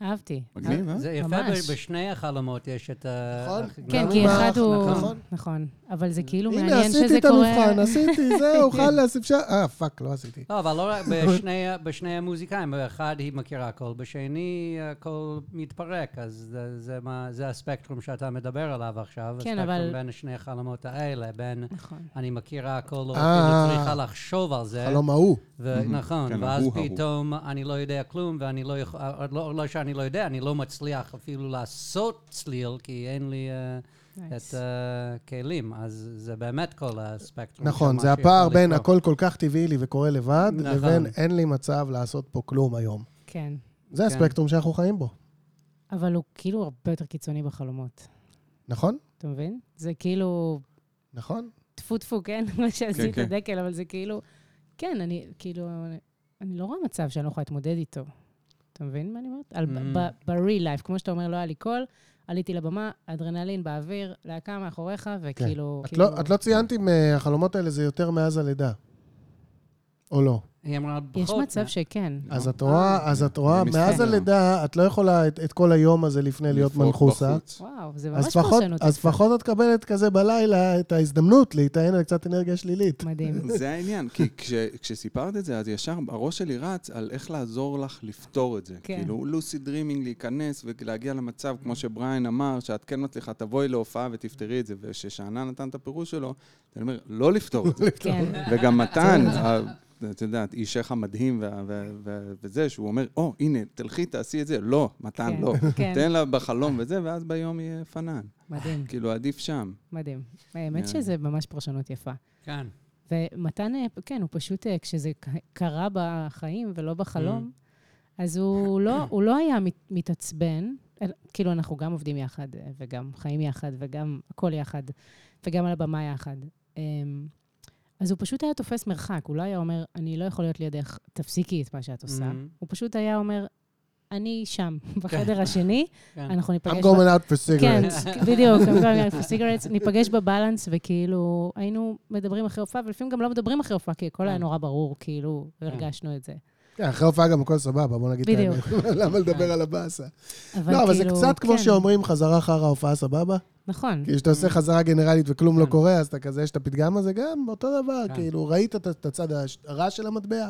אהבתי.
מגניב, אה?
זה יפה,
ממש.
ב- בשני החלומות יש את ה...
נכון.
הח-
כן,
גם
כי
עם
אחד
האח,
הוא...
נכון.
נכון. אבל זה כאילו
הנה,
מעניין
עשיתי
שזה
את
קורה...
המבחן, עשיתי, זהו, חלאס, אפשר... אה, פאק, לא עשיתי.
לא, אבל לא רק בשני, ה- בשני המוזיקאים, באחד היא מכירה הכל, בשני הכל מתפרק, אז זה, זה, מה, זה הספקטרום שאתה מדבר עליו עכשיו,
כן,
הספקטרום
אבל-
בין שני החלומות האלה, בין
נכון.
אני מכירה הכל, לא
אה.
אפילו צריכה לחשוב על זה,
חלום ההוא.
ו- נכון,
כן,
ואז
ההוא, ההוא.
פתאום אני לא יודע כלום, ואני לא יכול, אה, לא, לא שאני לא יודע, אני לא מצליח אפילו לעשות צליל, כי אין לי... אה, את
Nice.
הכלים, אז זה באמת כל הספקטרום. של
נכון,
מה
זה
שיכול
הפער בין
לקרות.
הכל כל כך טבעי לי וקורה לבד,
נכון.
לבין אין לי מצב לעשות פה כלום היום.
כן.
זה הספקטרום שאנחנו חיים בו,
אבל הוא כאילו הרבה יותר קיצוני בחלומות.
נכון?
אתה מבין? זה כאילו...
נכון?
טפו טפו, כן? מה שעשית
כן.
דקל, אבל זה כאילו... כן, אני כאילו... אני לא רואה מצב שאני לא יכולה להתמודד איתו. אתה מבין מה אני אומרת? על-
Mm.
ב- ב-real life, כמו שאתה אומר, לא היה לי קול, עליתי לבמה, אדרנלין באוויר, להקה מאחוריך, וכאילו...
את
כאילו-
לא- את לא ציינת אם אה, החלומות האלה זה יותר מאז הלידה, או לא.
היא אמרה
יש
פחות
מצב
מה-
שכן.
לא.
אז את
אה,
רואה, אז את רואה,
אני
מאז
מסתדר.
הלידה את לא יכולה את את כל היום הזה לפני להיות אה?
לפרוק
מנחוסה.
בחוץ.
וואו, זה
אז
ממש
לפחות-
פרשנות.
אז לפחות את מקבלת כזה בלילה את ההזדמנות להיטען על קצת אנרגיה שלילית.
מדהים.
זה העניין, כי כש, כשסיפרת את זה, אז ישר הראש שלי רץ על איך לעזור לך לפתור את זה.
כן.
כן. כאילו, לוסי דרימינג, להיכנס ולהגיע למצב, כמו שבריין אמר, שאת כן מצליחה, תבואי להופעה ותפתרי את זה. וכששאנן נתן את הפירוש שלו, אני אומר, לא לפתור את זה.
כן. לא
וגם מתן, ה- את יודעת, אישך המדהים וה- וה- וה- וזה, שהוא אומר, או, הנה, תלכי, תעשי את זה. לא, מתן,
כן,
לא.
כן.
תן לה בחלום וזה, ואז ביום יהיה פנן.
מדהים,
כאילו, עדיף שם.
מדהים. האמת
כן.
שזה ממש פרשנות יפה.
כן.
ומתן, אה, כן, הוא פשוט, אה, כשזה ק- קרה בחיים ולא בחלום,
Mm.
אז הוא לא, הוא לא היה מת- מתעצבן. אל- כאילו, אנחנו גם עובדים יחד, אה, וגם חיים יחד, וגם הכל יחד, וגם על הבמה יחד. אמ, אז הוא פשוט היה תופס מרחק, הוא לא היה אומר, אני לא יכול להיות לידך, תפסיקי את מה שאת עושה.
Mhm.
הוא פשוט היה אומר, אני שם, בחדר השני,
כן.
אנחנו ניפגש...
I'm
ב-
going out for cigarettes.
כן, בדיוק, I'm going out for cigarettes. ניפגש בבלנס, וכאילו, היינו מדברים אחרי הופעה, ולפעמים גם לא מדברים אחרי הופעה, כי הכל היה
כן.
נורא ברור, כאילו, הרגשנו את זה.
כן, אחרי הופעה גם הכל סבבה, בוא נגיד את
בדיוק.
האמת. למה לדבר על הבאסה?
אבל
לא, אבל זה
כאילו,
קצת כמו
כן,
שאומרים חזרה אחר ההופעה סבבה.
נכון,
כי כשאתה עושה חזרה גנרלית וכלום לא
כן.
קורה, אז אתה כזה, יש את הפתגם הזה גם, אותו דבר.
כן.
כאילו, ראית את את הצד הש- הרע של המטבע.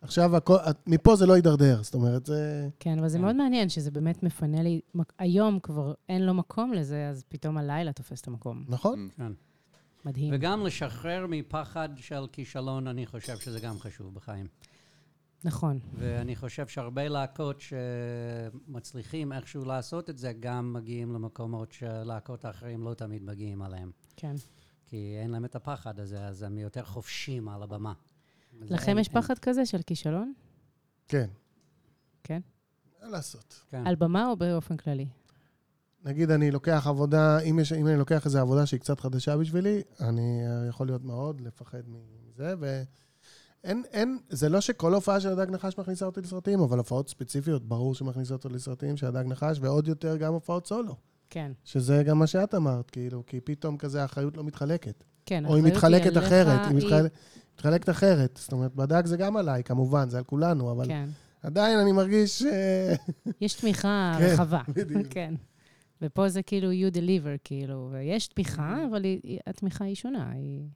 עכשיו, הכל- את- מפה זה לא יידרדר. זאת אומרת, זה...
כן, אבל זה
כן.
מאוד מעניין, שזה באמת מפנה לי, מק- היום כבר אין לו מקום לזה, אז פתאום הלילה תופס את המקום.
נכון?
מדהים.
וגם לשחרר מפחד של כישלון, אני חושב שזה גם חשוב בחיים.
נכון,
ואני חושב שהרבה להקות שמצליחים איכשהו לעשות את זה, גם מגיעים למקומות שלהקות האחרים לא תמיד מגיעים אליהם.
כן.
כי אין להם את הפחד הזה, אז הם יותר חופשים על הבמה. אז
לכם
אין-
יש
אין-
פחד כזה של כישלון?
כן.
כן.
מה לעשות?
כן.
על במה או באופן כללי?
נגיד אני לוקח עבודה, אם, יש, אם אני לוקח איזו עבודה שהיא קצת חדשה בשבילי, אני אה, יכול להיות מאוד לפחד מזה, ואין, אין, זה לא שכל הופעה של הדג נחש מכניסה אותי לסרטים, אבל הופעות ספציפיות, ברור שמכניסות אותי לסרטים של הדג נחש, ועוד יותר גם הופעות סולו,
כן.
שזה גם מה שאת אמרת, כאילו, כי פתאום כזה האחריות לא מתחלקת.
כן,
או היא
האחריות
מתחלקת
עליך,
אחרת, היא
היא-
מתחל- מתחלקת אחרת. זאת אומרת, בדג זה גם עליי, כמובן, זה על כולנו, אבל
כן.
עדיין אני מרגיש... אה,
יש תמיכה
כן,
רחבה.
בדיוק.
כן. ופה זה כאילו you deliver, כאילו, ויש תמיכה,
Mm-hmm.
אבל היא- היא- התמיכה היא שונה, היא...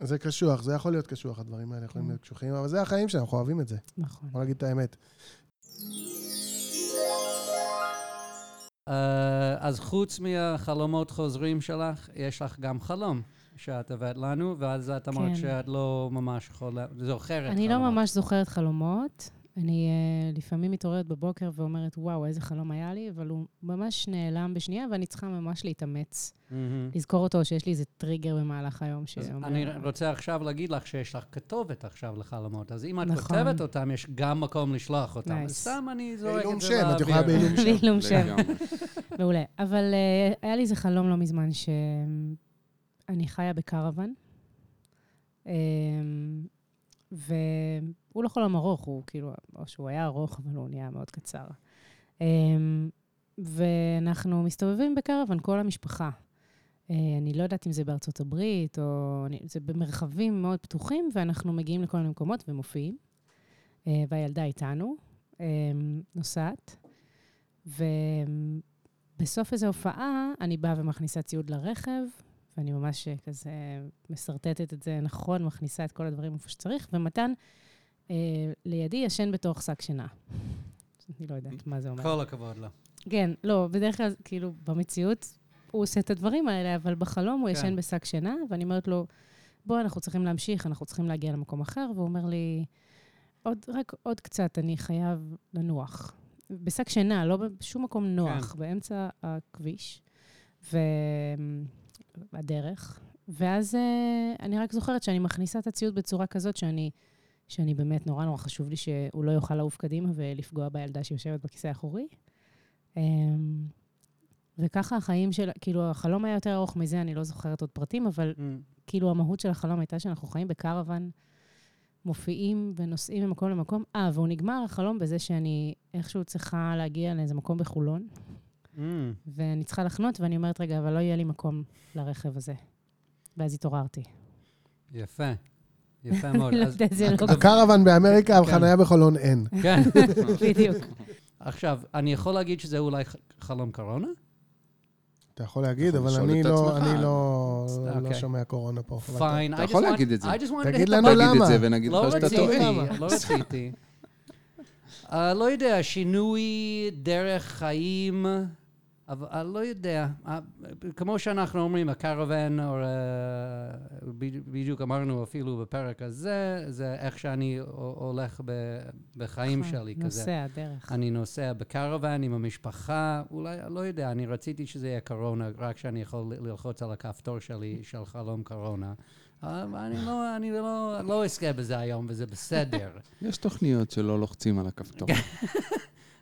זה קשוח, זה יכול להיות קשוח, הדברים האלה יכולים
Mm.
כן.
להיות קשוחים, אבל זה החיים שלנו, אנחנו אוהבים את זה.
נכון.
בוא נגיד את האמת.
אה, אז חוץ מהחלומות חוזרים שלך, יש לך גם חלום שאת הבאת לנו, ואז את אמרת
כן.
שאת לא ממש חולה, זוכרת
אני לא
חלומות.
ממש זוכרת חלומות. אני אה, לפעמים מתעוררת בבוקר ואומרת, וואו, איזה חלום היה לי, אבל הוא ממש נעלם בשנייה, ואני צריכה ממש להתאמץ
מהמם.
לזכור אותו, או שיש לי איזה טריגר במהלך היום
אז
שאומר...
אני רוצה עכשיו להגיד לך שיש לך כתובת עכשיו לחלומות, אז אם את
נכון.
כותבת אותם, יש גם מקום לשלוח אותם.
Nice.
אז סתם אני זורק
בעילום
את זה
שם, את יכולה
באוויר.
בעילום שם.
לעילום שם.
לגמרי.
מעולה. אבל אה, היה לי איזה חלום לא מזמן, שאני חיה בקרוון, אה, והוא לא חלום ארוך, הוא כאילו, או שהוא היה ארוך, אבל הוא נהיה מאוד קצר. אה, ואנחנו מסתובבים בקרוון, כל המשפחה. אה, אני לא יודעת אם זה בארצות הברית, או... אני- זה במרחבים מאוד פתוחים, ואנחנו מגיעים לכל מיני מקומות ומופיעים. אה, והילדה איתנו, אה, אמ, נוסעת. ובסוף איזו הופעה, אני באה ומכניסה ציוד לרכב, ואני ממש אה, כזה משרטטת את זה נכון, מכניסה את כל הדברים איפה שצריך, ומתן אה, לידי ישן בתוך שק שינה. אני לא יודעת מה זה אומר.
כל הכבוד לו.
כן, לא, בדרך כלל, כאילו, במציאות, הוא עושה את הדברים האלה, אבל בחלום הוא
כן.
ישן בשק שינה, ואני אומרת לו, בוא, אנחנו צריכים להמשיך, אנחנו צריכים להגיע למקום אחר, והוא אומר לי, עוד, רק עוד קצת, אני חייב לנוח. בשק שינה, לא בשום מקום נוח, כן. באמצע הכביש והדרך. ואז אה, אני רק זוכרת שאני מכניסה את הציוד בצורה כזאת שאני, שאני באמת, נורא נורא חשוב לי שהוא לא יוכל לעוף קדימה ולפגוע בילדה שיושבת בכיסא האחורי. אמ, וככה החיים של, כאילו, החלום היה יותר ארוך מזה, אני לא זוכרת עוד פרטים, אבל כאילו המהות של החלום הייתה שאנחנו חיים בקרוון, מופיעים ונוסעים ממקום למקום. אה, והוא נגמר החלום בזה שאני איכשהו צריכה להגיע לאיזה מקום בחולון,
Mm,
ואני צריכה לחנות, ואני אומרת, רגע, אבל לא יהיה לי מקום לרכב הזה. ואז התעוררתי.
יפה. יפה מאוד.
לא
נכון, אז-
יודעת, זה לא-
הקרוון באמריקה, אבל
כן.
חניה בחולון אין.
כן.
בדיוק.
עכשיו, אני יכול להגיד שזה אולי ח- חלום קורונה?
אתה יכול להגיד,
אתה יכול
אבל
לשאול
אני
את
לא-
עצמך.
אני לא לא
אוקיי.
שומע קורונה פה. אבל אתה-
פיין.
אתה יכול להגיד את זה.
I just wanted to
תגיד
hit the
לנו
button.
תגיד את זה
למה?
ונגיד
לא
לך שאתה
רציתי,
טועה.
לא רציתי. אה, לא יודע, שינוי דרך חיים, אבל אה, לא יודע. אה, כמו שאנחנו אומרים, הקרוון, או אה, ב- בדיוק אמרנו אפילו בפרק הזה, זה איך שאני ה- הולך ב- בחיים
נכון,
שלי כזה.
נוסע, דרך.
אני נוסע בקרוון עם המשפחה, אולי, לא יודע, אני רציתי שזה יהיה קורונה, רק שאני יכול ל- ללחוץ על הכפתור שלי של חלום קורונה. אבל אני לא, אני לא, לא אזכה בזה היום, וזה בסדר.
יש תוכניות שלא לוחצים על הכפתור.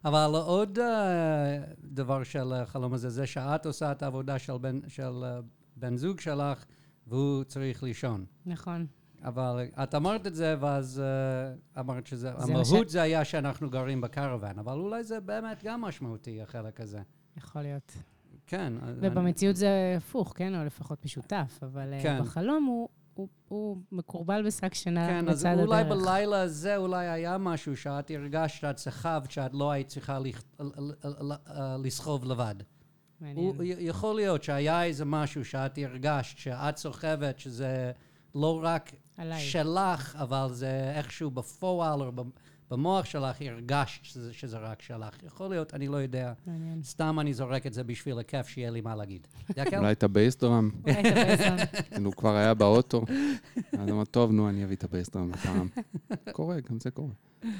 אבל עוד אה, דבר של החלום הזה, זה שאת עושה את העבודה של בן, של אה, בן זוג שלך, והוא צריך לישון.
נכון.
אבל את אמרת את זה, ואז אה, אמרת שזה,
מה ש-
המהות זה היה שאנחנו גרים בקרוון, אבל אולי זה באמת גם משמעותי, החלק הזה.
יכול להיות.
כן. אז אני-
ובמציאות זה הפוך, כן? או לפחות משותף, אבל
כן.
כן. בחלום הוא, הוא, הוא מקורבל בשק שינה
כן, אז
בצד הדרך.
אולי בלילה הזה אולי היה משהו שאת הרגשת שאת סחבת, שאת לא היית צריכה לכ- ל- ל- ל- אה, לסחוב לבד.
מעניין.
הוא- י- יכול להיות שהיה איזה משהו שאת הרגשת, שאת סוחבת, שזה לא רק
עליי.
שלך, אבל זה איכשהו בפועל או במ- במוח שלך הרגשת שזה, שזה רק שלך. יכול להיות, אני לא יודע.
מעניין.
סתם אני זורק את זה בשביל הכיף, שיהיה לי מה להגיד. כן? זה
כן.
הכיף?
אולי את הבייסדרם,
אולי אתה בעצם-
כאילו הוא כבר היה באוטו. אז אמר, טוב, נו, אני אביא את הבייסדרם הפעם. קורה, גם זה קורה.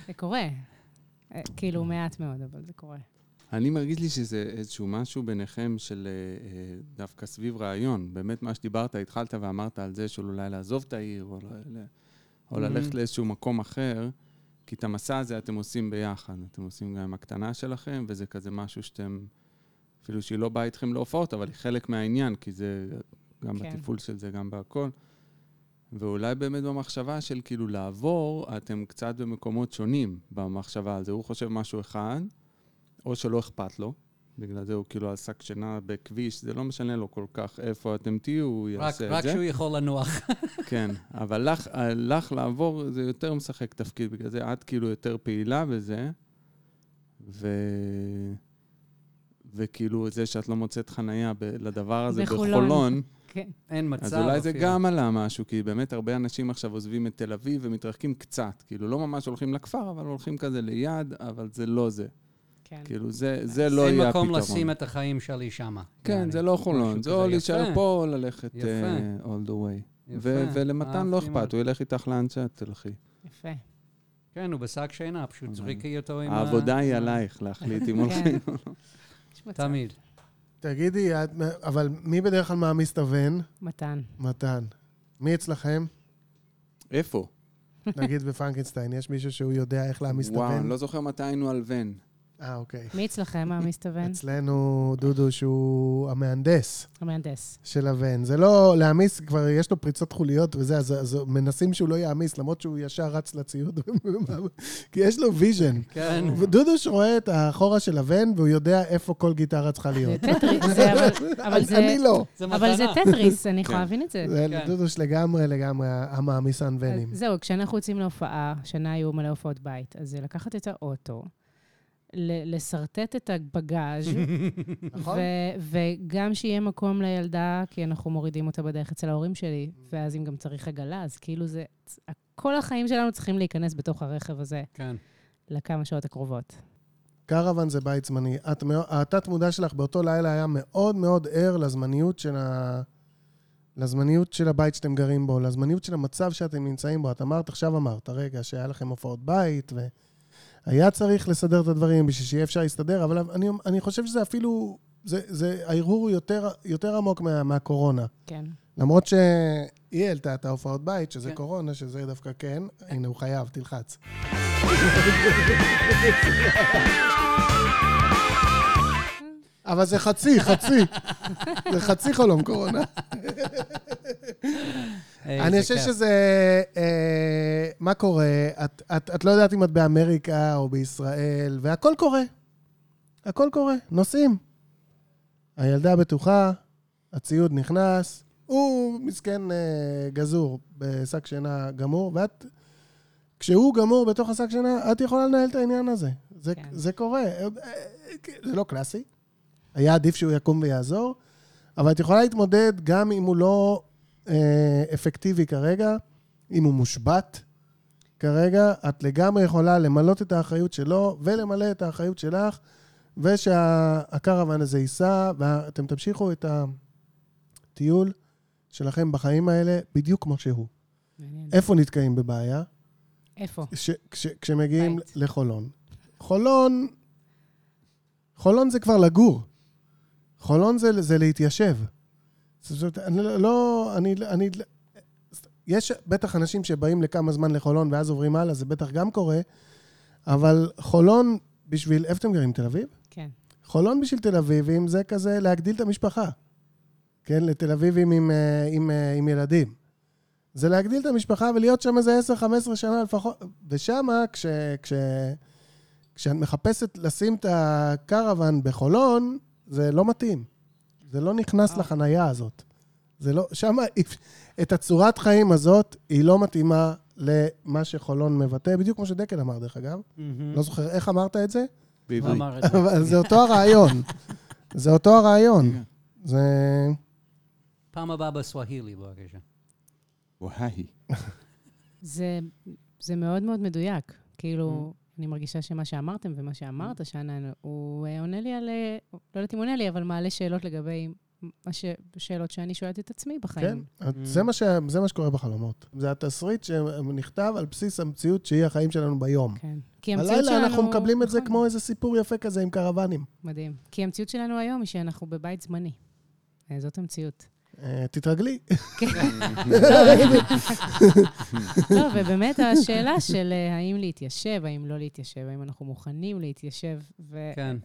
זה קורה. אה, כאילו, מעט מאוד, אבל זה קורה.
אני מרגיש לי שזה איזשהו משהו ביניכם של אה, אה, דווקא סביב רעיון. באמת, מה שדיברת, התחלת ואמרת על זה של אולי לעזוב את העיר, או, ל- ל- או
Mhm.
ללכת לאיזשהו מקום אחר, כי את המסע הזה אתם עושים ביחד. אתם עושים גם עם הקטנה שלכם, וזה כזה משהו שאתם, אפילו שהיא לא באה איתכם להופעות, אבל היא חלק מהעניין, כי זה גם
כן.
בתפעול של זה, גם בהכל. ואולי באמת במחשבה של כאילו לעבור, אתם קצת במקומות שונים במחשבה על זה. הוא חושב משהו אחד, או שלא אכפת לו, בגלל זה הוא כאילו על שק שינה בכביש, זה לא משנה לו כל כך איפה אתם תהיו, הוא
רק,
יעשה את
רק
זה.
שהוא יכול לנוח.
כן, אבל לך, לך לעבור זה יותר משחק תפקיד, בגלל זה את כאילו יותר פעילה בזה, ו... וכאילו זה שאת לא מוצאת חנייה ב... לדבר הזה
בחולון.
בחולון
כן.
אין מצב
אז
אפילו.
אולי זה גם עלה משהו, כי באמת הרבה אנשים עכשיו עוזבים את תל אביב ומתרחקים קצת. כאילו, לא ממש הולכים לכפר, אבל הולכים כזה ליד, אבל זה לא זה.
כן.
כאילו, זה, זה לא יהיה הפתרון.
זה מקום לשים את החיים שלי שמה.
כן, זה לא חולון,
משהו
זה
כזה.
או
יפה.
להישאר פה או ללכת
יפה.
אה, all the way.
יפה.
ו- ולמתן לא
אהבתי מאוד.
אכפת, הוא ילך איתך לאן שאת תלכי.
יפה.
כן, הוא בשק שינה, פשוט
אבל-
זריקי אותו עם ה...
העבודה היא עלייך להחליט אם הולכים.
יש מצב.
תמיד.
תגידי, את- אבל מי בדרך כלל מעמיס את הבן?
מתן.
מתן. מי אצלכם?
איפה?
נגיד בפרנקנשטיין, יש מישהו שהוא יודע איך להעמיס את
וואו,
הבן?
אני לא זוכר מתי היינו על ון.
אה, אוקיי.
מי אצלכם, מה
כן.
מסתבן?
אצלנו דודו שהוא המהנדס
המהנדס.
של הבן. זה לא להעמיס, כבר יש לו פריצות חוליות וזה, אז, אז מנסים שהוא לא יעמיס, למרות שהוא ישר רץ לציוד, כי יש לו ויז'ן.
כן.
דודוש רואה את האחורה של הבן, והוא יודע איפה כל גיטרה צריכה
זה
להיות.
טטריס, זה- אבל- אבל זה...
אני לא.
זה
אבל זה טטריס, אני יכולה
כן.
להבין את זה.
זה
כן.
דודוש לגמרי לגמרי המעמיסן ונים.
אז זהו, כשאנחנו יוצאים להופעה, שנה היו מלא הופעות בית, אז זה לקחת את האוטו, ל- לשרטט את הבגאז'
נכון?
ו- וגם שיהיה מקום לילדה, כי אנחנו מורידים אותה בדרך אצל ההורים שלי, ואז אם גם צריך עגלה, אז כאילו זה... צ- כל החיים שלנו צריכים להיכנס בתוך הרכב הזה
כן.
לכמה שעות הקרובות.
קרוון זה בית זמני. את מאו- התת-מודע שלך באותו לילה היה מאוד מאוד ער לזמניות של ה... לזמניות של הבית שאתם גרים בו, לזמניות של המצב שאתם נמצאים בו. את אמרת, עכשיו אמרת, רגע, שהיה לכם הופעות בית, והיה צריך לסדר את הדברים בשביל שיהיה אפשר להסתדר, אבל אני, אני חושב שזה אפילו, זה, זה, ההרהור הוא יותר, יותר עמוק מה, מהקורונה.
כן.
למרות שהיא העלתה את ההופעות בית, שזה
כן.
קורונה, שזה דווקא כן. הנה, הוא חייב, תלחץ. אבל זה חצי, חצי. זה חצי חלום קורונה.
איזה
אני חושב
כיף.
שזה... אה, מה קורה? את- את את לא יודעת אם את באמריקה או בישראל, והכל קורה. הכל קורה. נוסעים. הילדה בטוחה, הציוד נכנס, הוא מסכן אה, גזור בשק שינה גמור, ואת... כשהוא גמור בתוך השק שינה, את יכולה לנהל את העניין הזה. זה,
כן.
כן. זה קורה. אה, אה, זה לא קלאסי. היה עדיף שהוא יקום ויעזור, אבל את יכולה להתמודד גם אם הוא לא אה, אפקטיבי כרגע, אם הוא מושבת כרגע, את לגמרי יכולה למלות את האחריות שלו ולמלא את האחריות שלך, ושהקרוון הזה ייסע, ואתם תמשיכו את הטיול שלכם בחיים האלה בדיוק כמו שהוא.
מעניין.
איפה נתקעים בבעיה?
איפה?
כש, כש, כשמגיעים
בית.
לחולון. חולון, חולון זה כבר לגור. חולון זה, זה להתיישב. זאת אומרת, אני לא- לא, אני, אני, יש בטח אנשים שבאים לכמה זמן לחולון ואז עוברים הלאה, זה בטח גם קורה, אבל חולון בשביל, איפה אתם גרים? תל אביב?
כן.
חולון בשביל תל אביבים זה כזה להגדיל את המשפחה. כן, לתל אביבים עם, אה, עם, אה, עם ילדים. זה להגדיל את המשפחה ולהיות שם איזה 10-15 שנה לפחות. ושם, כש, כש, כשאת מחפשת לשים את הקרוון בחולון, זה לא מתאים. זה לא נכנס לחנייה הזאת. זה לא, שם, את הצורת חיים הזאת, היא לא מתאימה למה שחולון מבטא, בדיוק כמו שדקל אמר, דרך אגב.
מהמם.
לא זוכר איך אמרת את זה?
הוא
בעברית.
אמר את זה.
אבל זה אותו הרעיון. זה אותו הרעיון. זה...
פעם הבאה בסווהילי, בבקשה.
וואי.
זה, זה מאוד מאוד מדויק.
Mm-hmm.
כאילו, אני מרגישה שמה שאמרתם ומה שאמרת, שאנן, הוא אה, עונה לי על... אה, לא יודעת אם עונה לי, אבל מעלה שאלות לגבי מה ש- שאלות שאני שואלת את עצמי
כן,
בחיים.
אז זה מה ש- זה מה שקורה בחלומות. זה התסריט שנכתב על בסיס המציאות שהיא החיים שלנו ביום.
כן. כי המציאות שלנו...
הלילה אנחנו מקבלים את זה
נכון,
כמו איזה סיפור יפה כזה עם קרוונים.
מדהים. כי המציאות שלנו היום היא שאנחנו בבית זמני. אה, זאת המציאות.
אה, תתרגלי.
לא, ובאמת השאלה של אה, האם להתיישב, האם לא להתיישב, האם אנחנו מוכנים להתיישב ו-
כן.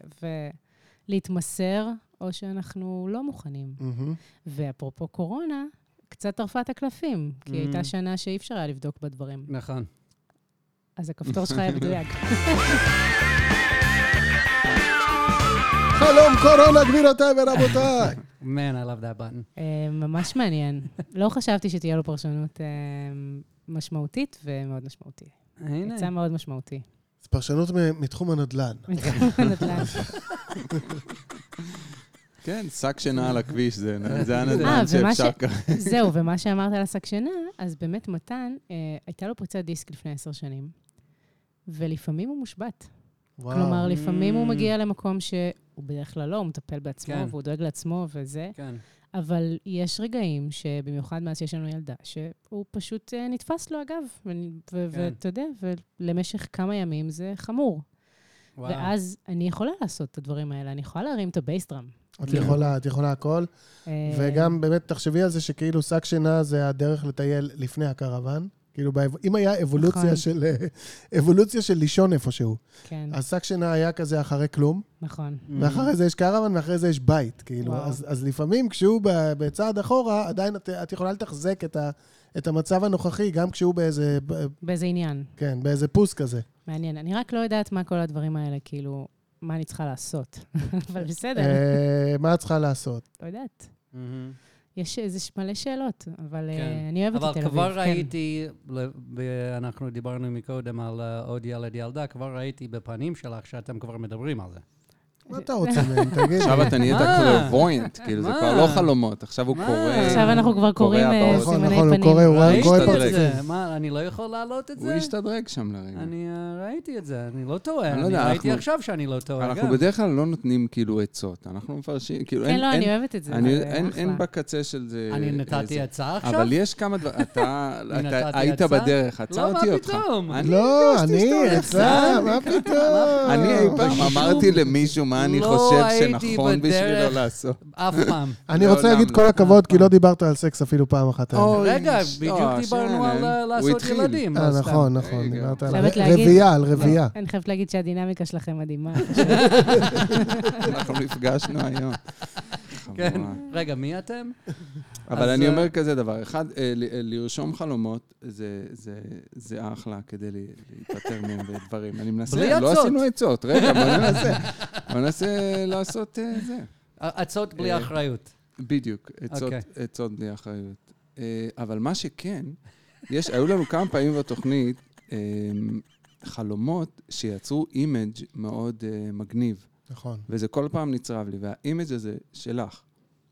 ולהתמסר, או שאנחנו לא מוכנים. ואפרופו קורונה, קצת טרפה את הקלפים, כי
Mm.
הייתה שנה שאי אפשר היה לבדוק בה דברים.
נכון.
אז הכפתור שלך היה מדויק.
חלום קורונה, גבירותיי ורבותיי!
Man, I love that button.
אה, ממש מעניין. לא חשבתי שתהיה לו פרשנות אה, משמעותית ומאוד משמעותי.
הנה.
יצא מאוד משמעותי.
זו פרשנות מ- מתחום הנדל"ן.
הנדל"ן.
כן, שק שינה על הכביש, זה זה
אה,
הנדל"ן
ומה
שאפשר
ש-
ככה.
זהו, ומה שאמרת על השק שינה, אז באמת מתן, אה, הייתה לו פריצת דיסק לפני עשר שנים, ולפעמים הוא מושבת.
וואו.
כלומר, לפעמים הוא
Mm.
מגיע למקום שהוא בדרך כלל לא, הוא מטפל בעצמו,
כן.
והוא דואג לעצמו וזה,
כן.
אבל יש רגעים שבמיוחד מאז שיש לנו ילדה, שהוא פשוט אה, נתפס לו, אגב, ואתה ו-
כן.
ואתה יודע, ולמשך כמה ימים זה חמור.
וואו.
ואז אני יכולה לעשות את הדברים האלה, אני יכולה להרים את הבייסטראם.
את יכולה, את יכולה הכל.
אה,
וגם באמת, תחשבי על זה שכאילו שק שינה זה הדרך לטייל לפני הקרוון. כאילו, באב- אם היה
נכון.
אבולוציה של אה, אבולוציה של לישון איפשהו.
כן,
אה.
אז שק שינה היה כזה אחרי כלום,
נכון.
Mm.
ואחרי זה יש קרוון, ואחרי זה יש בית, כאילו.
וואו.
אז, אז לפעמים כשהוא ב- בצעד אחורה, עדיין את, את יכולה לתחזק את, ה, את המצב הנוכחי, גם כשהוא באיזה, ב-
באיזה עניין.
כן, באיזה פוס כזה.
מעניין. אני רק לא יודעת מה כל הדברים האלה, כאילו, מה כן. אני צריכה לעשות. אבל בסדר,
אה, מה את צריכה לעשות?
לא יודעת. יש איזה ש- מלא שאלות, אבל אה,
כן.
אני אוהבת את תל אביב.
אבל כבר
כן.
ראיתי, ל- ב- אנחנו דיברנו מקודם על אה, עוד ילד ילדה, כבר ראיתי בפנים שלך שאתם כבר מדברים על זה.
מה אתה רוצה מהם? תגיד
עכשיו
לי.
אתה נהיית
מה?
קלרבוינט, כאילו זה
מה?
כבר לא חלומות, עכשיו הוא
מה?
קורא...
עכשיו אנחנו כבר קוראים אה,
הבאות.
נכון,
סימני
נכון, הוא
פנים.
קורא, הוא רואה-
ראית
קורא
את
את
זה.
זה? מה, אני לא יכול להעלות את
הוא
זה?
השתדרג שם לרגע.
אני אה, ראיתי את זה, אני לא טועה.
אני לא
אני
יודע,
ראיתי
אנחנו-
עכשיו שאני לא טועה
אנחנו
גם.
בדרך כלל לא נותנים כאילו עצות, אנחנו מפרשים, כאילו
כן,
אין...
לא,
אין-
אני אוהבת את זה.
אני-
זה
אין-
אחלה.
אין בקצה של אה, זה...
אני
איזה-
נתתי הצעה עכשיו?
אבל יש כמה דברים, אתה
אני
אתה
נתתי לא
היית
הצעה?
בדרך, עצרתי
מה
אותך.
פתאום?
אני
לא,
הרגשתי
אני,
שאתה
אצלה, מה פתאום?
אני אי פעם
שום-
אמרתי למישהו מה אני
לא
חושב
הייתי
שנכון בשבילו
בדרך.
לעשות.
אף פעם.
אני
לעולם
רוצה להגיד
לא.
כל הכבוד, כי לא דיברת על סקס אפילו פעם אחת. היום.
אוי,
רגע,
ש-
בדיוק
אה,
דיברנו
שאלה,
על אה,
הוא
לעשות
התחיל.
ילדים.
אה,
לא סתם.
נכון, נכון,
רגע.
דיברת על
חייבת
ר-
להגיד-
רבייה, על
לא,
רבייה.
אני חייבת להגיד שהדינמיקה שלכם מדהימה.
אנחנו נפגשנו היום.
כן.
חבורה.
רגע, מי אתם?
אבל
אז,
אני
אה,
אומר כזה דבר, אחד, אה, ל- אה, לרשום חלומות זה- זה- זה אחלה כדי ל- להיפטר מהם ודברים. אני
בלי
מנסה, לא
עצות.
עשינו עצות, רגע, בוא ננסה. בוא ננסה לעשות אה, זה.
ה- עצות בלי
אה,
אחריות.
בדיוק, עצות-
אוקיי.
עצות בלי אחריות. אה, אבל מה שכן, יש, היו לנו כמה פעמים בתוכנית אה, חלומות שיצרו אימג' מאוד אה, מגניב.
נכון.
וזה כל פעם נצרב לי, והאימג' הזה שלך,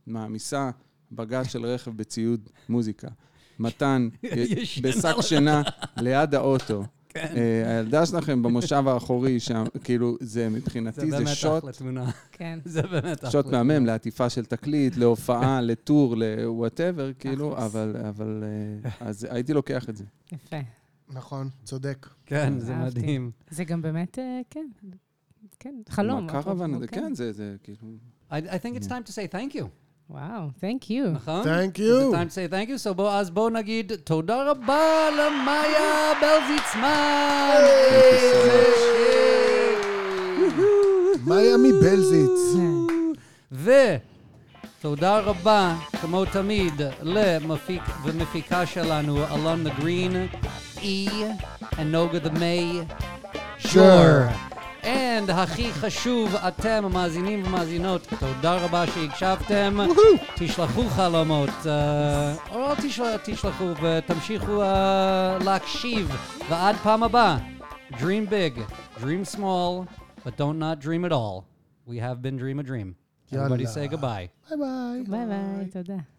מעמיסה בגז של רכב בציוד מוזיקה, מתן
ישנה
בשק שינה ליד האוטו,
כן.
אה, הילדה שלכם במושב האחורי שם, כאילו, זה
זה
מבחינתי, זה
באמת
שוט,
אחלה תמונה.
כן.
זה באמת אחלה.
שוט מהמם לעטיפה של תקליט, להופעה, לטור, לוואטאבר, כאילו,
תכלס.
אבל, אבל, אה, אז הייתי לוקח את זה.
יפה.
נכון, צודק.
כן, זה
אהבתי.
מדהים.
זה גם באמת, אה, כן. כן, חלום. אוקיי.
הקרוון
אפרופו,
הזה, כן, זה, זה, כאילו...
I, I think
אה.
it's time to say thank you,
וואו, thank you.
נכון?
Thank
It's
you.
time to say thank you, so בוא, אז בואו נגיד תודה רבה למאיה בלזיצמן!
מאיה מבלזיץ.
Hmm. ותודה רבה, כמו תמיד, למפיק ומפיקה שלנו, אלון דה גרין, אי, ונוגה דה מיי, שור. And הכי חשוב, אתם המאזינים ומאזינות, תודה רבה שהקשבתם. תשלחו חלומות, אה, או לא תשל- תשלחו ותמשיכו אה, להקשיב. ועד פעם הבאה, Dream big, dream small, but don't not dream at all. We have been dream a dream. Everybody
יאללה.
say goodbye.
ביי ביי.
ביי ביי, תודה.